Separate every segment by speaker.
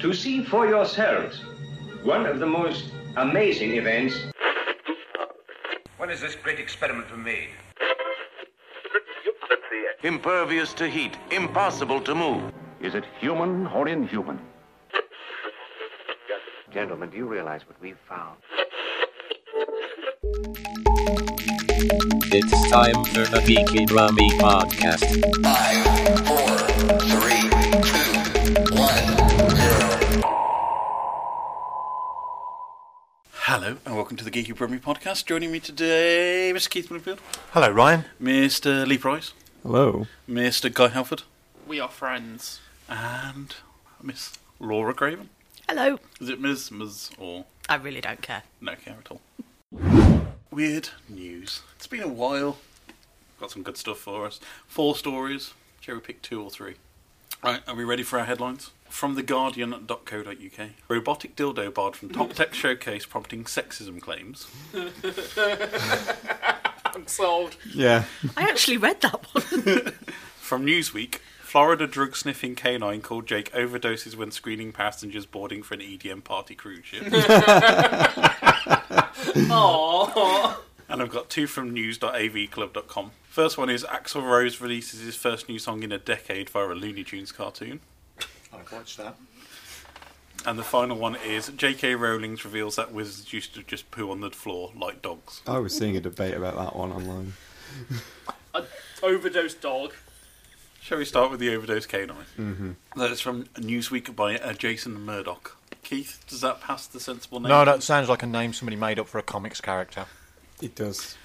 Speaker 1: to see for yourselves one of the most amazing events.
Speaker 2: When is this great experiment made?
Speaker 3: Impervious to heat, impossible to move.
Speaker 4: Is it human or inhuman?
Speaker 5: Gentlemen, do you realize what we've found?
Speaker 6: It's time for the Geeky Drummy Podcast.
Speaker 7: Five, four, three, two, one, zero.
Speaker 8: Hello and welcome to the Geeky Primary Podcast. Joining me today, Mr. Keith Bloomfield,
Speaker 9: Hello, Ryan.
Speaker 8: Mr. Lee Price,
Speaker 10: Hello.
Speaker 8: Mr. Guy Halford,
Speaker 11: We are friends.
Speaker 8: and Miss Laura Craven.
Speaker 12: Hello.
Speaker 8: Is it Ms. Ms. or
Speaker 12: I really don't care.
Speaker 8: no care at all? Weird news. It's been a while. Got some good stuff for us. Four stories. Cherry pick two or three. Right, are we ready for our headlines? From theguardian.co.uk. Robotic dildo barred from top tech showcase prompting sexism claims.
Speaker 11: I'm sold.
Speaker 10: Yeah.
Speaker 12: I actually read that one.
Speaker 8: From Newsweek, Florida drug sniffing canine called Jake overdoses when screening passengers boarding for an EDM party cruise ship.
Speaker 11: Aww.
Speaker 8: and I've got two from news.avclub.com. First one is Axel Rose releases his first new song in a decade via a Looney Tunes cartoon.
Speaker 9: I've watched that.
Speaker 8: And the final one is J.K. Rowling reveals that wizards used to just poo on the floor like dogs.
Speaker 10: I was seeing a debate about that one online.
Speaker 11: An overdose dog.
Speaker 8: Shall we start with the overdose canine? Mm-hmm. That is from Newsweek by uh, Jason Murdoch. Keith, does that pass the sensible name?
Speaker 9: No, that sounds like a name somebody made up for a comics character.
Speaker 10: It does.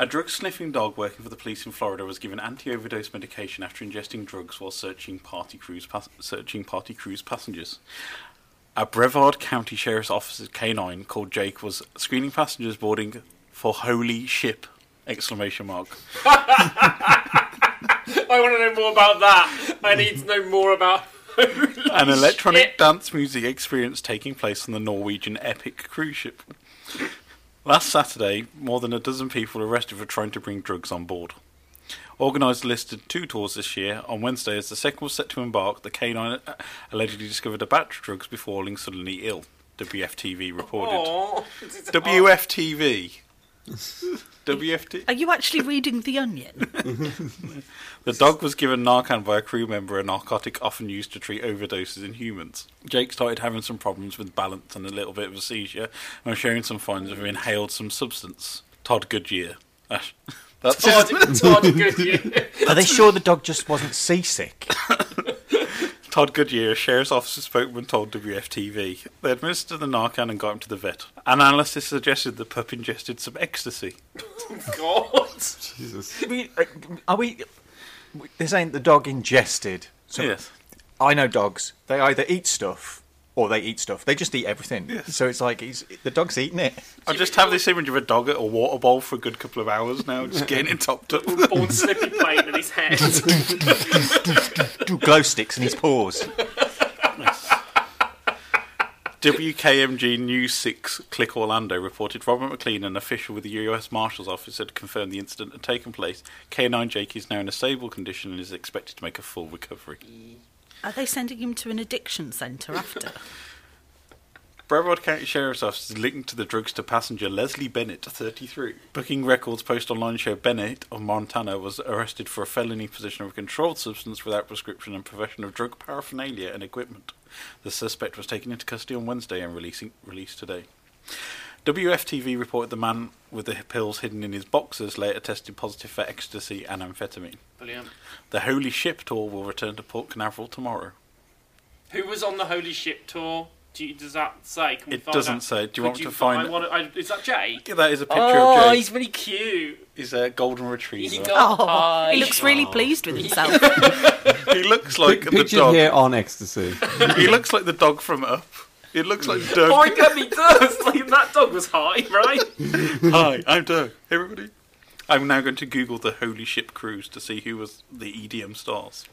Speaker 8: A drug sniffing dog working for the police in Florida was given anti overdose medication after ingesting drugs while searching party cruise, pas- searching party cruise passengers. A Brevard County Sheriff's Officer's canine called Jake was screening passengers boarding for Holy Ship! Exclamation mark.
Speaker 11: I want to know more about that. I need to know more about.
Speaker 8: An electronic
Speaker 11: Shit.
Speaker 8: dance music experience taking place on the Norwegian epic cruise ship. Last Saturday, more than a dozen people were arrested for trying to bring drugs on board. Organised listed two tours this year. On Wednesday, as the second was set to embark, the canine uh, allegedly discovered a batch of drugs before falling suddenly ill. WFTV reported.
Speaker 11: Aww. It's- it's-
Speaker 8: WFTV. WFT.
Speaker 12: Are you actually reading The Onion?
Speaker 8: The dog was given Narcan by a crew member, a narcotic often used to treat overdoses in humans. Jake started having some problems with balance and a little bit of a seizure, and was showing some signs of inhaled some substance. Todd Goodyear. That's that's
Speaker 11: Todd,
Speaker 8: his-
Speaker 11: Todd Goodyear.
Speaker 9: Are they sure the dog just wasn't seasick?
Speaker 8: Todd Goodyear, a sheriff's officer spokesman, told WFTV. They administered the Narcan and got him to the vet. Analysis suggested the pup ingested some ecstasy.
Speaker 11: God.
Speaker 10: Jesus.
Speaker 9: We- uh, Are we? This ain't the dog ingested. So
Speaker 8: yes.
Speaker 9: I know dogs. They either eat stuff or they eat stuff. They just eat everything.
Speaker 8: Yes.
Speaker 9: So it's like he's, the dog's eating it.
Speaker 8: I just have this image of a dog at a water bowl for a good couple of hours now, just getting it topped up.
Speaker 11: Born slippy plate in his head.
Speaker 9: Two glow sticks in his paws.
Speaker 8: WKMG News 6 Click Orlando reported Robert McLean, an official with the US Marshal's Office, had confirmed the incident had taken place. K9 Jake is now in a stable condition and is expected to make a full recovery.
Speaker 12: Are they sending him to an addiction centre after?
Speaker 8: Brevard County Sheriff's Office is linked to the drugs to passenger Leslie Bennett, 33. Booking records post online show Bennett of Montana was arrested for a felony possession of a controlled substance without prescription and possession of drug paraphernalia and equipment. The suspect was taken into custody on Wednesday and releasing, released today. WFTV reported the man with the pills hidden in his boxes later tested positive for ecstasy and amphetamine.
Speaker 11: Brilliant.
Speaker 8: The Holy Ship tour will return to Port Canaveral tomorrow.
Speaker 11: Who was on the Holy Ship tour? Do you, does that say? Can we
Speaker 8: It
Speaker 11: find
Speaker 8: doesn't
Speaker 11: out?
Speaker 8: say. Do you
Speaker 11: Could
Speaker 8: want to
Speaker 11: fi-
Speaker 8: find-
Speaker 11: I wanna, I, is that Jake?
Speaker 8: Yeah, That is a picture of
Speaker 11: Oh,
Speaker 8: Jake.
Speaker 11: he's really cute.
Speaker 8: He's a golden retriever.
Speaker 11: He's
Speaker 12: Oh,
Speaker 11: got
Speaker 12: he looks really pleased with himself.
Speaker 8: He looks like the
Speaker 10: Pictured
Speaker 8: dog.
Speaker 10: here on ecstasy.
Speaker 8: He looks like the dog from Up. He looks like Doug.
Speaker 11: Oh, I bet he does. Like, that dog was high, right?
Speaker 8: Hi, I'm Doug. Hey, everybody. I'm now going to Google the Holy Ship Cruise to see who was the EDM stars.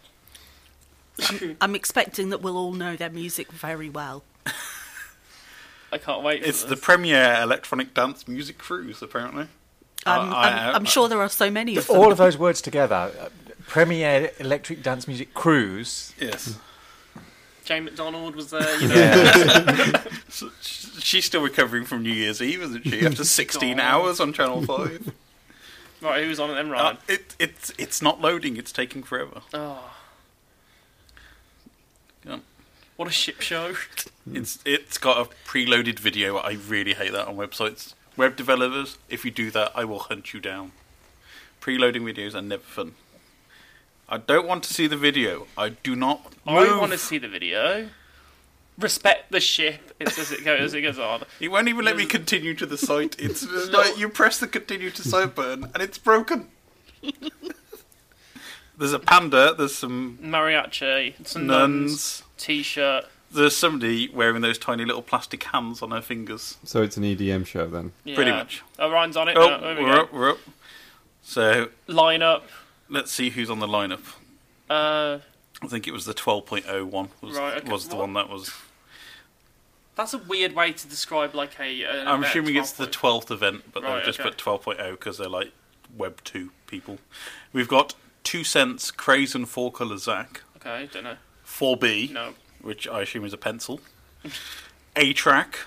Speaker 12: I'm expecting that we'll all know their music very well.
Speaker 11: I can't wait. For
Speaker 8: It's
Speaker 11: this.
Speaker 8: the premier electronic dance music cruise, apparently.
Speaker 12: I'm,
Speaker 8: Uh, I- I-
Speaker 12: I'm, I'm sure there are so many of them.
Speaker 9: All of those words together. uh, Premiere Electric Dance Music Cruise.
Speaker 8: Yes.
Speaker 11: Jane McDonald was there. You know?
Speaker 8: So sh- She's still recovering from New Year's Eve, isn't she? After 16 hours on Channel 5.
Speaker 11: Right, who was on it then, Ryan?
Speaker 8: it, it's, it's not loading, it's taking forever.
Speaker 11: Oh.
Speaker 8: Yeah.
Speaker 11: What a ship show.
Speaker 8: It's it's got a preloaded video. I really hate that on websites. Web developers, if you do that, I will hunt you down. Preloading videos are never fun. I don't want to see the video. I do not.
Speaker 11: I
Speaker 8: move.
Speaker 11: want to see the video. Respect the ship. It's as it goes, as it goes on.
Speaker 8: It won't even let me continue to the site. It's just like you press the continue to site button and it's broken. There's a panda. There's some
Speaker 11: Mariachi, some nuns,
Speaker 8: nuns.
Speaker 11: t-shirt.
Speaker 8: There's somebody wearing those tiny little plastic hands on her fingers.
Speaker 10: So it's an EDM show then.
Speaker 8: Pretty
Speaker 11: Yeah.
Speaker 8: much.
Speaker 11: Oh, Ryan's on it.
Speaker 8: Oh,
Speaker 11: now. There we
Speaker 8: we're
Speaker 11: go.
Speaker 8: up. We're up. So
Speaker 11: Line up.
Speaker 8: let's see who's on the lineup.
Speaker 11: Uh,
Speaker 8: I think it was the 12.01 was,
Speaker 11: Right, okay,
Speaker 8: was the
Speaker 11: what-
Speaker 8: one that was.
Speaker 11: that's a weird way to describe like a. an
Speaker 8: I'm
Speaker 11: event,
Speaker 8: assuming it's the 12th event, but
Speaker 11: oh. Right,
Speaker 8: they've just
Speaker 11: okay.
Speaker 8: put 12.0 because they're like Web 2 people. We've got Two Cents, Craze and Four Colour Zack,
Speaker 11: Okay, don't know.
Speaker 8: 4B,
Speaker 11: No.
Speaker 8: which I assume is a pencil, A Track,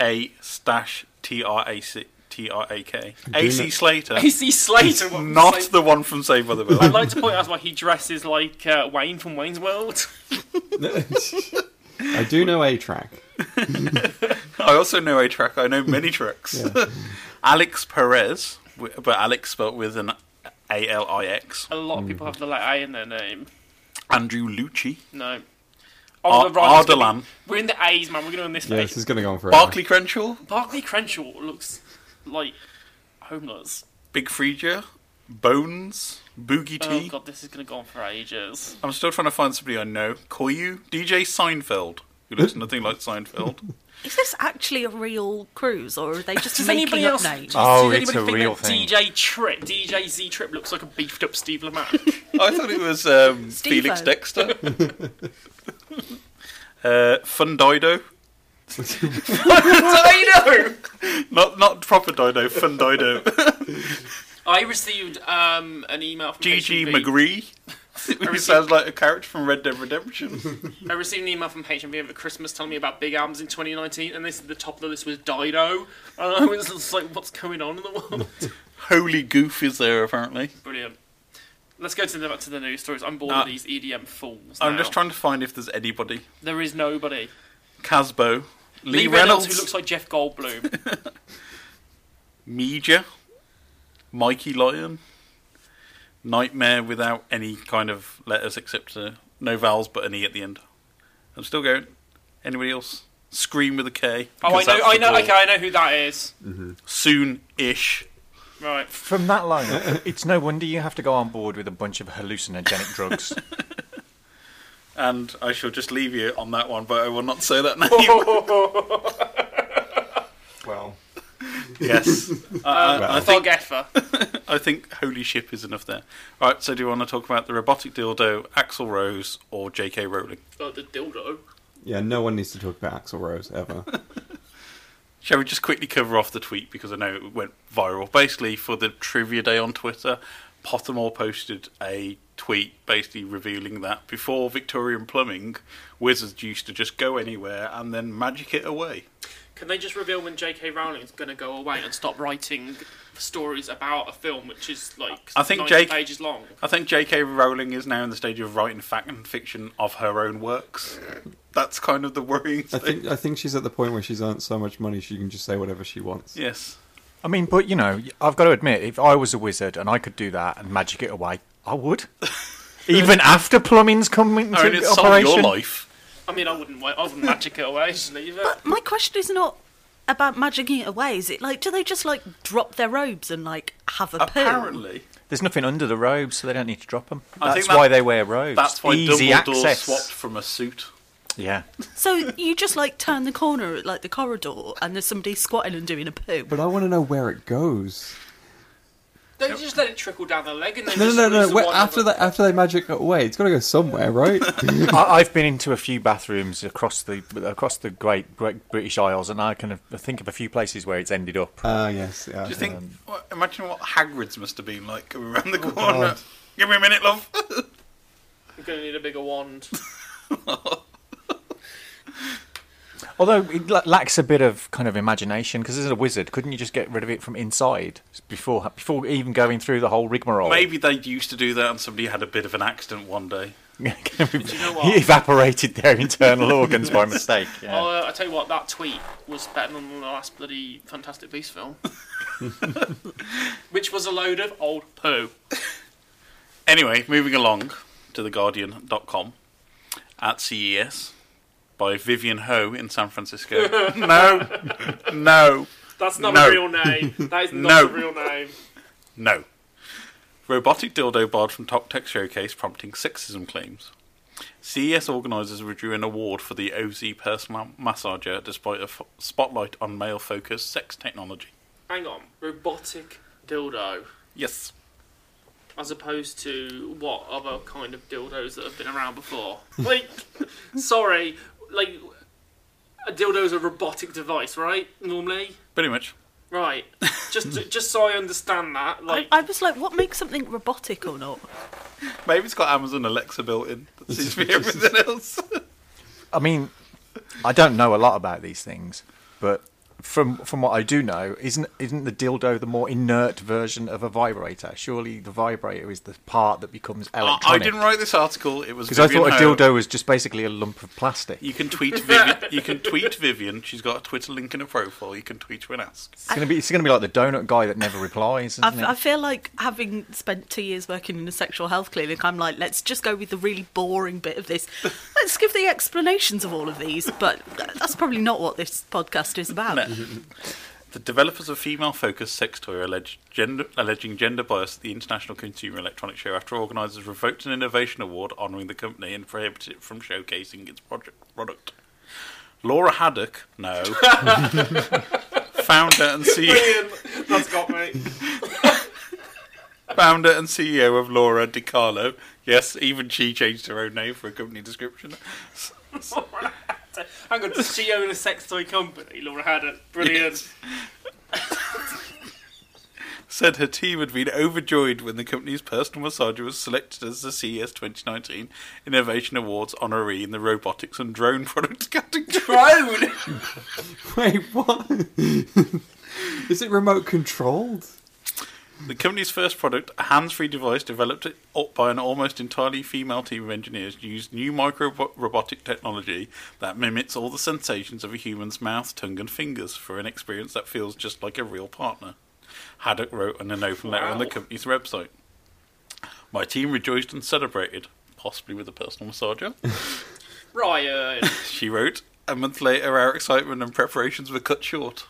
Speaker 8: A Stash T R A C. T R A K. AC
Speaker 10: it.
Speaker 8: Slater.
Speaker 11: AC Slater,
Speaker 8: is
Speaker 11: what-
Speaker 8: Not
Speaker 11: Slater.
Speaker 8: the one from Save by the Bell.
Speaker 11: I'd like to point out why he dresses like uh, Wayne from Wayne's World.
Speaker 10: I do know a track.
Speaker 8: I also know a track. I know many tracks. Alex Perez, wi- but Alex spelt with an A L I X.
Speaker 11: A lot of
Speaker 10: Mm.
Speaker 11: people have the letter A in their name.
Speaker 8: Andrew Lucci,
Speaker 11: No.
Speaker 8: Ar-
Speaker 11: Oh, the Ryan's gonna-
Speaker 8: Ardalan,
Speaker 11: We're in the A's, man. We're going to win this
Speaker 10: Yeah,
Speaker 11: race.
Speaker 10: this is going to go on forever.
Speaker 8: Barclay Crenshaw,
Speaker 11: Barclay Crenshaw looks like homeless.
Speaker 8: Big Freedia, Bones, Boogie
Speaker 11: Oh
Speaker 8: T.
Speaker 11: god, this is going to go on for ages.
Speaker 8: I'm still trying to find somebody I know. Koyu, DJ Seinfeld, who looks nothing like Seinfeld.
Speaker 12: Is this actually a real cruise, or are they just
Speaker 11: Does
Speaker 12: making
Speaker 11: anybody
Speaker 12: up
Speaker 11: else?
Speaker 12: names?
Speaker 9: Oh,
Speaker 11: does
Speaker 9: it's
Speaker 11: anybody
Speaker 9: a
Speaker 11: think
Speaker 9: real
Speaker 11: that
Speaker 9: thing.
Speaker 11: DJ Trip, DJ Z Trip, looks like a beefed up Steve Lamack.
Speaker 8: I thought it was um,
Speaker 12: Steve-o.
Speaker 8: Felix Dexter. uh, Fun Dido.
Speaker 11: Dido.
Speaker 8: Not not proper Dido, Fun Dido.
Speaker 11: I received um, an email from
Speaker 8: GG
Speaker 11: HMV.
Speaker 8: McGree. Who sounds like a character from Red Dead Redemption.
Speaker 11: I received an email from HMV over Christmas telling me about big albums in 2019, and they said the top of the list was Dido. And I was just like, what's going on in the world?
Speaker 8: Holy goof is there apparently.
Speaker 11: Brilliant. Let's go to the back to the news stories. I'm bored
Speaker 8: Uh,
Speaker 11: of these EDM fools.
Speaker 8: I'm
Speaker 11: now.
Speaker 8: just trying to find if there's anybody.
Speaker 11: There is nobody.
Speaker 8: Casbo, Lee,
Speaker 11: Lee Reynolds,
Speaker 8: Reynolds,
Speaker 11: who looks like Jeff Goldblum.
Speaker 8: Media, Mikey Lyon, Nightmare without any kind of letters except uh, no vowels but an e at the end. I'm still going. Anybody else? Scream with a K.
Speaker 11: oh, I
Speaker 8: because
Speaker 11: know,
Speaker 8: that's
Speaker 11: I
Speaker 8: the
Speaker 11: know.
Speaker 8: ball.
Speaker 11: Okay, I know who that is.
Speaker 8: Soon-ish.
Speaker 11: Right.
Speaker 9: From that line, it's no wonder you have to go on board with a bunch of hallucinogenic drugs.
Speaker 8: And I shall just leave you on that one, but I will not say that name.
Speaker 10: Well,
Speaker 8: yes. I- Uh, I- I think
Speaker 11: Fog effer.
Speaker 8: I think holy ship is enough there. All right, so do you want to talk about the robotic dildo, Axel Rose, or J.K. Rowling?
Speaker 11: Oh, the dildo.
Speaker 10: yeah, no one needs to talk about Axl Rose ever.
Speaker 8: Shall we just quickly cover off the tweet because I know it went viral? Basically, for the trivia day on Twitter, Pottermore posted a tweet basically revealing that before Victorian plumbing, wizards used to just go anywhere and then magic it away.
Speaker 11: Can they just reveal when J.K. Rowling's going to go away and stop writing stories about a film which is like
Speaker 8: I think
Speaker 11: 90
Speaker 8: Jake-
Speaker 11: pages long?
Speaker 8: I think J.K. Rowling is now in the stage of writing fact and fiction of her own works. That's kind of the worrying
Speaker 10: I
Speaker 8: thing.
Speaker 10: think I think she's at the point where she's earned so much money she can just say whatever she wants.
Speaker 8: yes.
Speaker 9: I mean, but you know, I've got to admit, if I was a wizard and I could do that and magic it away, I would. Even after plumbing's coming into
Speaker 8: I mean, it's some of
Speaker 9: operation.
Speaker 8: your life.
Speaker 11: I mean, I wouldn't. wa- I wouldn't magic it away. Just leave it.
Speaker 12: My question is not about magicking it away. Is it like do they just like drop their robes and like have a poo?
Speaker 8: Apparently,
Speaker 9: There's nothing under the robes, so they don't need to drop them.
Speaker 8: I
Speaker 9: That's
Speaker 8: think that-
Speaker 9: why they wear robes.
Speaker 8: that's why
Speaker 9: Easy
Speaker 8: Dumbledore
Speaker 9: access.
Speaker 8: swapped from a suit.
Speaker 9: Yeah.
Speaker 12: So you just like turn the corner at like the corridor and there's somebody squatting and doing a poo.
Speaker 10: But I want to know where it goes.
Speaker 11: They just let it trickle down the leg and then
Speaker 10: No,
Speaker 11: just
Speaker 10: no, no, no.
Speaker 11: lose the
Speaker 10: Wait,
Speaker 11: one
Speaker 10: after
Speaker 11: over-
Speaker 10: that, after they magic it away, it's got to go somewhere, right?
Speaker 9: I, I've been into a few bathrooms across the across the great, great British Isles, and I can think of a few places where it's ended up.
Speaker 10: Ah, yes. Yeah.
Speaker 8: Do you think?
Speaker 9: Um,
Speaker 8: well, imagine what Hagrid's must have been like coming around the
Speaker 9: Oh,
Speaker 8: corner. Give me a minute, love.
Speaker 11: I'm going to need a bigger wand.
Speaker 9: Although it la- lacks a bit of kind of imagination because as a wizard, couldn't you just get rid of it from inside before before even going through the whole rigmarole?
Speaker 8: Maybe they used to do that, and somebody had a bit of an accident one day.
Speaker 9: you know what? He evaporated their internal organs by mistake. Yeah.
Speaker 11: Oh, uh, I tell you what, that tweet was better than the last bloody Fantastic Beast film, which was a load of old poo.
Speaker 8: Anyway, moving along to theguardian.com at CES by Vivian Ho in San Francisco. no, no.
Speaker 11: That's not
Speaker 8: No.
Speaker 11: a real name. That is not
Speaker 8: No.
Speaker 11: a real name.
Speaker 8: No. Robotic dildo barred from top tech showcase prompting sexism claims. CES organisers withdrew an award for the OZ personal massager despite a f- spotlight on male focused sex technology.
Speaker 11: Hang on, robotic dildo,
Speaker 8: Yes.
Speaker 11: as opposed to what other kind of dildos that have been around before? Like, sorry, like a dildo is a robotic device, right? Normally,
Speaker 8: Pretty much.
Speaker 11: right? Just, just so I understand that, like.
Speaker 12: I was like, what makes something robotic or not?
Speaker 8: Maybe it's got Amazon Alexa built in. That seems to be everything else.
Speaker 9: I mean, I don't know a lot about these things, but from from what I do know, isn't isn't the dildo the more inert version of a vibrator? Surely the vibrator is the part that becomes
Speaker 8: I,
Speaker 9: electronic.
Speaker 8: I didn't write this article. It was
Speaker 9: because I thought
Speaker 8: Vivian
Speaker 9: a
Speaker 8: Ho.
Speaker 9: dildo was just basically a lump of plastic.
Speaker 8: You can tweet Vivian. You can tweet Vivian. She's got a Twitter link in her profile. You can tweet her and ask.
Speaker 9: It's gonna be it's gonna be like the donut guy that never replies. Isn't
Speaker 12: I, I
Speaker 9: it?
Speaker 12: feel like having spent two years working in a sexual health clinic, I'm like, let's just go with the really boring bit of this. Let's give the explanations of all of these, but that's probably not what this podcast is about.
Speaker 8: The developers of female-focused sex toy are alleged gender, alleging gender bias at the International Consumer Electronics Show after organisers revoked an innovation award honouring the company and prohibited it from showcasing its project, product. Laura Haddock, no, founder and CEO,
Speaker 11: Brilliant. That's got me.
Speaker 8: founder and CEO of Laura DiCarlo. Yes, even she changed her own name for a company description.
Speaker 11: Hang on, does she own a sex toy company? Laura Haddock, brilliant.
Speaker 8: said her team had been overjoyed when the company's personal massager was selected as the E CES 2019 Innovation Awards honoree in the robotics and drone product category.
Speaker 11: Drone?
Speaker 10: Wait, what? Is it remote controlled?
Speaker 8: The company's first product, a hands-free device developed up by an almost entirely female team of engineers, used new micro-robotic technology that mimics all the sensations of a human's mouth, tongue, and fingers for an experience that feels just like a real partner. Haddock wrote in an open letter on the
Speaker 11: Wow.
Speaker 8: company's website. My team rejoiced and celebrated, possibly with a personal massager.
Speaker 11: Ryan.
Speaker 8: she wrote, a month later, our excitement and preparations were cut short.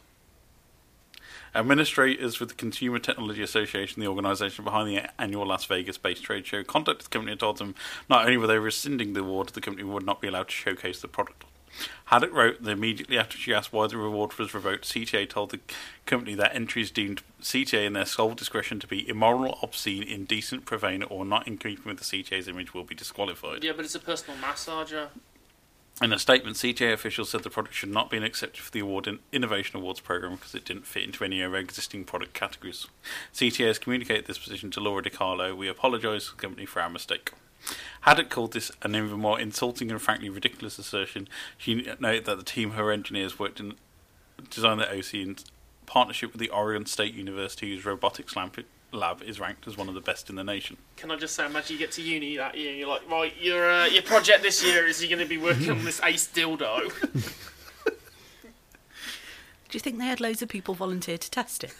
Speaker 8: Administrators with the Consumer Technology Association, the organisation behind the annual Las Vegas based trade show, contacted the company and told them not only were they rescinding the award, the company would not be allowed to showcase the product. Haddock wrote that immediately after she asked why the reward was revoked, CTA told the company that entries deemed CTA in their sole discretion to be immoral, obscene, indecent, profane, or not in keeping with the CTA's image will be disqualified.
Speaker 11: Yeah, but it's a personal massager.
Speaker 8: In a statement, CTA officials said the product should not be accepted for the award in Innovation Awards program because it didn't fit into any of our existing product categories. CTA has communicated this position to Laura DiCarlo. We apologise to the company for our mistake. Haddock called this an even more insulting and frankly ridiculous assertion. She noted that the team, her engineers, worked in designed the OC in partnership with the Oregon State University, whose robotics lab, lab is ranked as one of the best in the nation.
Speaker 11: Can I just say, imagine you get to uni that year and you're like, right, your uh, your project this year is you're going to be working on this ace dildo.
Speaker 12: Do you think they had loads of people volunteer to test it?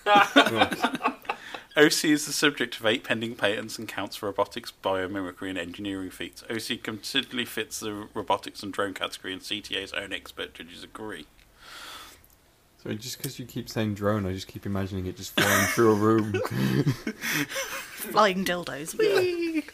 Speaker 8: OC is the subject of eight pending patents and counts for robotics, biomimicry, and engineering feats. OC considerably fits the robotics and drone category, and CTA's own expert judges agree.
Speaker 10: So just because you keep saying drone, I just keep imagining it just flying through a room.
Speaker 12: Flying dildos. Whee!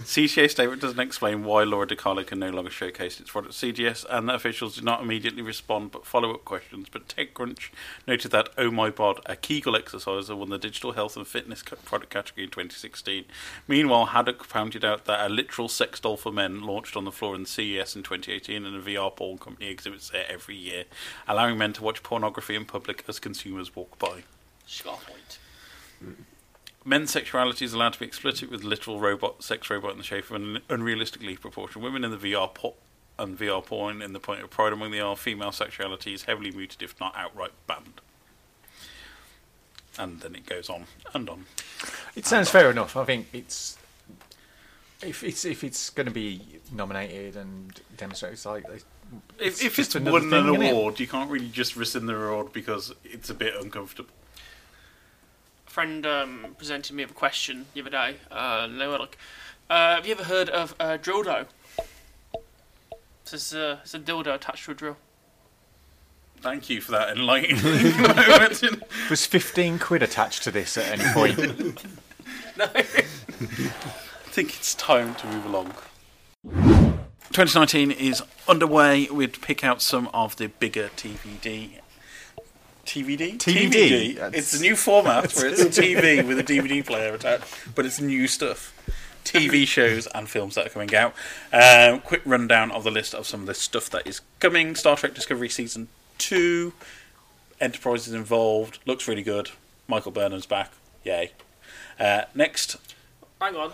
Speaker 8: CTA statement doesn't explain why Laura DiCarlo can no longer showcase its product. CDS and the officials did not immediately respond, but follow-up questions. But TechCrunch noted that Oh My Bod, a Kegel exerciser, won the digital health and fitness co- product category in 2016. Meanwhile, Haddock pointed out that a literal sex doll for men launched on the floor in CES in 2018, and a VR porn company exhibits there every year, allowing men to watch pornography in public as consumers walk by.
Speaker 11: She's got a point.
Speaker 8: Men's sexuality is allowed to be explicit with literal robot, sex robot in the shape of an unrealistic leaf proportion. Women in the VR po- and VR porn in the point of pride among the R, female sexuality is heavily muted, if not outright banned. And then it goes on and on.
Speaker 9: It sounds fair enough. I think it's if it's if it's going to be nominated and demonstrated, it's like it's
Speaker 8: If, if
Speaker 9: just
Speaker 8: it's
Speaker 9: another
Speaker 8: won
Speaker 9: thing,
Speaker 8: an
Speaker 9: isn't it?
Speaker 8: award, you can't really just rescind the award because it's a bit uncomfortable.
Speaker 11: A friend um, presented me with a question the other day. Uh, and they were like, uh, "Have you ever heard of uh, dildo?" It's, just, uh, it's a dildo attached to a drill.
Speaker 8: Thank you for that enlightening moment.
Speaker 9: was fifteen quid attached to this at any point.
Speaker 8: I think it's time to move along. 2019 is underway. We'd pick out some of the bigger TVD. TVD?
Speaker 9: TVD.
Speaker 8: It's a new format where it's a
Speaker 9: That's-
Speaker 8: TV with a DVD player attached, but it's new stuff. TV shows and films that are coming out. Um, quick rundown of the list of some of the stuff that is coming Star Trek Discovery Season 2. Enterprise is involved. Looks really good. Michael Burnham's back. Yay. Uh, next,
Speaker 11: Hang on.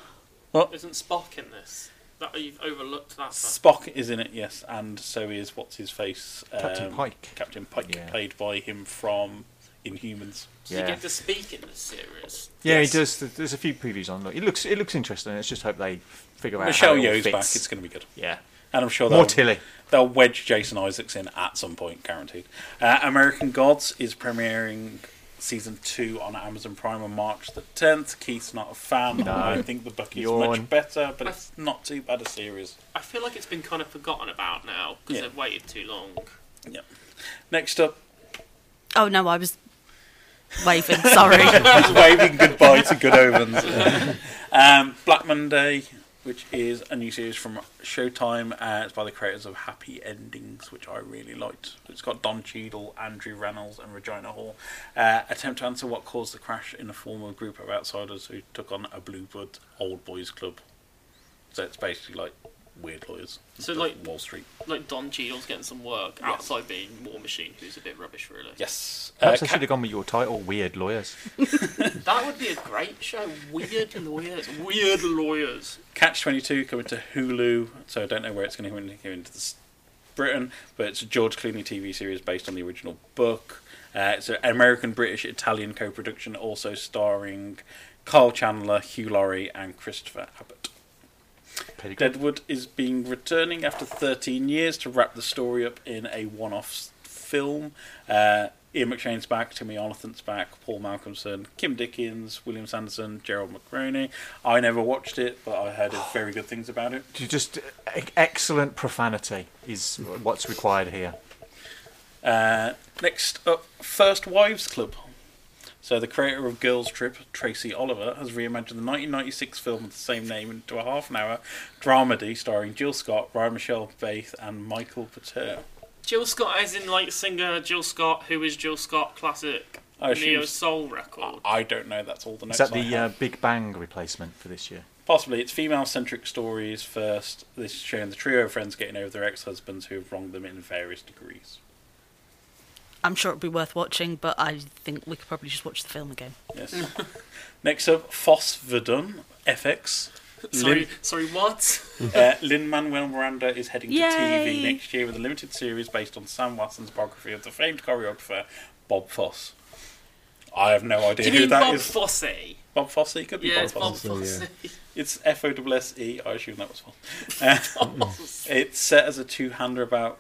Speaker 8: What?
Speaker 11: Isn't Spock in this? That you've overlooked that.
Speaker 8: Spock is in it, yes, and so is what's his face, Um,
Speaker 9: Captain Pike.
Speaker 8: Captain Pike,
Speaker 9: Yeah.
Speaker 8: played by him from Inhumans.
Speaker 11: Does he get to speak in this series?
Speaker 9: Yeah, he does. Th- There's a few previews on. Look, it looks it looks interesting. Let's just hope they figure out.
Speaker 8: Michelle
Speaker 9: how it all
Speaker 8: Yeoh's
Speaker 9: fits.
Speaker 8: back. It's going to be good.
Speaker 9: Yeah.
Speaker 8: and I'm sure
Speaker 9: More
Speaker 8: they'll,
Speaker 9: Tilly.
Speaker 8: they'll wedge Jason Isaacs in at some point, guaranteed. Uh, American Gods is premiering season two on Amazon Prime on March the 10th. Keith's not a fan.
Speaker 9: No.
Speaker 8: I think the book is
Speaker 9: Yawn.
Speaker 8: much better, but it's not too bad a series.
Speaker 11: I feel like it's been kind of forgotten about now because
Speaker 8: Yeah.
Speaker 11: they've waited too long.
Speaker 8: Yep. Next up,
Speaker 12: Oh no, I was waving. Sorry.
Speaker 8: He's waving goodbye to Good Omens. um, Black Monday, which is a new series from Showtime. Uh, it's by the creators of Happy Endings, which I really liked. It's got Don Cheadle, Andrew Reynolds, and Regina Hall. Uh, attempt to answer what caused the crash in a former group of outsiders who took on a Bluebird old boys club. So it's basically like weird lawyers.
Speaker 11: So
Speaker 8: of
Speaker 11: like-
Speaker 8: Wall Street.
Speaker 11: Like Don Cheadle's getting some work outside being War Machine, who's a bit rubbish, really.
Speaker 8: Yes.
Speaker 9: Perhaps
Speaker 8: Uh,
Speaker 9: I should have gone with your title, Weird Lawyers.
Speaker 11: That would be a great show. Weird lawyers. Weird lawyers.
Speaker 8: Catch 22 coming to Hulu, so I don't know where it's going to come in- come into this Britain, but it's a George Clooney TV series based on the original book. Uh, it's an American British Italian co production, also starring Carl Chandler, Hugh Laurie, and Christopher Abbott. Deadwood is being returning after 13 years to wrap the story up in a one off film. Uh, Ian McShane's back, Timmy Olathan's back, Paul Malcolmson, Kim Dickens, William Sanderson, Gerald McRoney. I never watched it, but I heard very good things about it.
Speaker 9: You Just e- excellent profanity is what's required here.
Speaker 8: Uh, next up, First Wives Club. So the creator of Girls Trip, Tracy Oliver, has reimagined the 1996 film of the same name into a half-an-hour dramedy starring Jill Scott, Ryan Michelle Faith, and Michael Pater.
Speaker 11: Jill Scott, as in like singer Jill Scott, who is Jill Scott classic
Speaker 8: Oh, she
Speaker 11: neo
Speaker 8: was-
Speaker 11: soul record.
Speaker 8: I don't know. That's all the
Speaker 9: Is
Speaker 8: notes.
Speaker 9: that
Speaker 8: I
Speaker 9: the
Speaker 8: have.
Speaker 9: uh, Big Bang replacement for this year?
Speaker 8: Possibly, it's female-centric stories first. This is showing the trio of friends getting over their ex-husbands who have wronged them in various degrees.
Speaker 12: I'm sure it'd be worth watching, but I think we could probably just watch the film again.
Speaker 8: Yes. Next up, Foss Verdun, FX.
Speaker 11: Sorry,
Speaker 8: Lim-
Speaker 11: sorry, what?
Speaker 8: uh, Lin Manuel Miranda is heading to
Speaker 11: Yay.
Speaker 8: TV next year with a limited series based on Sam Watson's biography of the famed choreographer Bob Foss. I have no
Speaker 11: Do
Speaker 8: idea
Speaker 11: you
Speaker 8: who
Speaker 11: mean
Speaker 8: that
Speaker 11: Bob
Speaker 8: is.
Speaker 11: Fosse?
Speaker 8: Bob Fosse? It could be
Speaker 11: Yeah,
Speaker 8: Bob
Speaker 11: it's Bob
Speaker 8: Fosse.
Speaker 11: Fosse.
Speaker 8: It's F O S S E. I assume that was Fosse. Uh, it's set as a two-hander about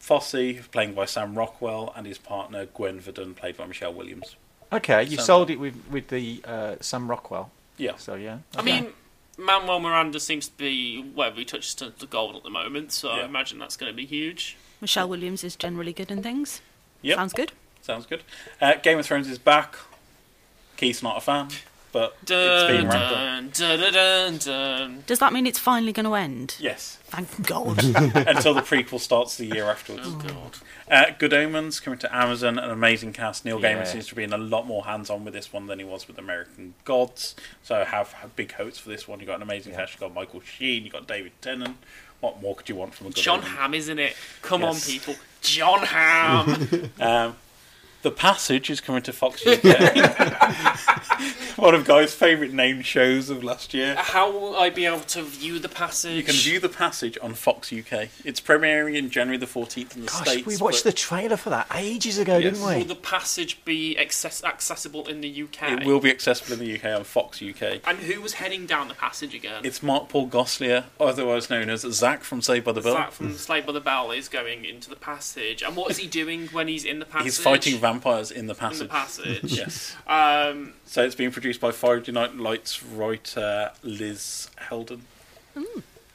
Speaker 8: Fosse, playing by Sam Rockwell, and his partner Gwen Verdun, played by Michelle Williams.
Speaker 9: Okay, you
Speaker 8: Sounds
Speaker 9: sold it with with the uh, Sam Rockwell.
Speaker 8: Yeah.
Speaker 9: So yeah.
Speaker 11: I mean, Manuel Miranda seems to be wherever he touches turns to gold at the moment, so I imagine that's going to be huge.
Speaker 12: Michelle Williams is generally good in things.
Speaker 8: Yep.
Speaker 12: Sounds good.
Speaker 8: Sounds good. Uh, Game of Thrones is back. Keith's not a fan, but it's being
Speaker 11: Dun,
Speaker 8: ramped up.
Speaker 11: dun, dun, dun, dun, dun.
Speaker 12: Does that mean it's finally going to end?
Speaker 8: Yes.
Speaker 12: Thank God.
Speaker 8: Until the prequel starts the year afterwards.
Speaker 11: Oh, God.
Speaker 8: Uh, Good Omens coming to Amazon, an amazing cast. Neil Gaiman
Speaker 11: Yeah.
Speaker 8: seems to be in a lot more hands on with this one than he was with American Gods. So have, have big hopes for this one. You've got an amazing cast. You've got Michael Sheen, you've got David Tennant. What more could you want from a Good
Speaker 11: John
Speaker 8: Omens?
Speaker 11: Ham, isn't it? Come
Speaker 8: Yes.
Speaker 11: on, people. John Ham.
Speaker 8: um, The Passage is coming to Fox UK. One of Guy's favourite name shows of last year.
Speaker 11: How will I be able to view the passage?
Speaker 8: You can view The Passage on Fox UK. It's premiering in January the 14th in the
Speaker 9: Gosh,
Speaker 8: States.
Speaker 9: we watched the
Speaker 8: but
Speaker 9: trailer for that ages ago,
Speaker 8: Yes.
Speaker 9: didn't we?
Speaker 11: Will the passage be access- accessible in the UK?
Speaker 8: It will be accessible in the UK on Fox UK.
Speaker 11: And who was heading down the passage again?
Speaker 8: It's Mark Paul Gosselaar, otherwise known as Zach from Saved by the Bell.
Speaker 11: Zach from Slave by the Bell is going into the passage. And what is he doing when he's in the passage?
Speaker 8: He's fighting vampires in the passage.
Speaker 11: passage.
Speaker 8: yes.
Speaker 11: Um,
Speaker 8: So it's being produced by Friday Night Lights writer Liz Heldon.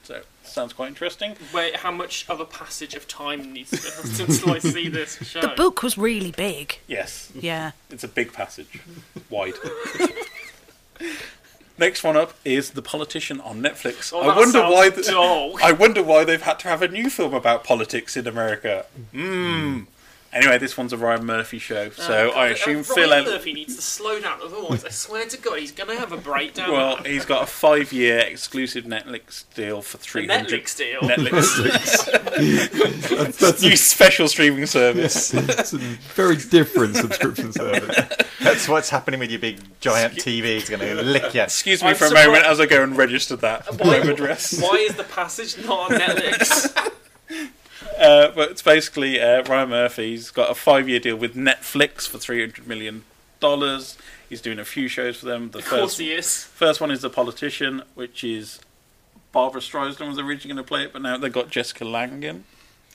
Speaker 8: So sounds quite interesting.
Speaker 11: Wait, how much of a passage of time needs until I see this show?
Speaker 12: The book was really big.
Speaker 8: Yes.
Speaker 12: Yeah.
Speaker 8: It's a big passage, wide. Next one up is The Politician on Netflix.
Speaker 11: Oh,
Speaker 8: I
Speaker 11: that
Speaker 8: wonder why.
Speaker 11: sounds dull.
Speaker 8: I wonder why they've had to have a new film about politics in America.
Speaker 11: Hmm.
Speaker 8: Mm. Anyway, this one's a Ryan Murphy show, so
Speaker 11: Uh,
Speaker 8: I
Speaker 11: uh,
Speaker 8: assume
Speaker 11: Ryan
Speaker 8: Phil. Ellen-
Speaker 11: Murphy needs to slow down, otherwise I swear to God he's going to have a breakdown.
Speaker 8: Well, he's got a five-year exclusive Netflix deal for three hundred.
Speaker 11: Netflix deal?
Speaker 8: Netflix. new special streaming service.
Speaker 10: It's a very different subscription service.
Speaker 9: That's what's happening with your big giant TV. It's going to lick you.
Speaker 8: Excuse me for a moment as I go and register that web address.
Speaker 11: Why is the passage not on Netflix?
Speaker 8: Uh, but it's basically uh, Ryan Murphy's got a five-year deal with Netflix for three hundred million dollars. He's doing a few shows for them. The
Speaker 11: Of
Speaker 8: first,
Speaker 11: course he is.
Speaker 8: First one is The Politician, which is Barbara Streisand was originally going to play it, but now they've got Jessica Lange in.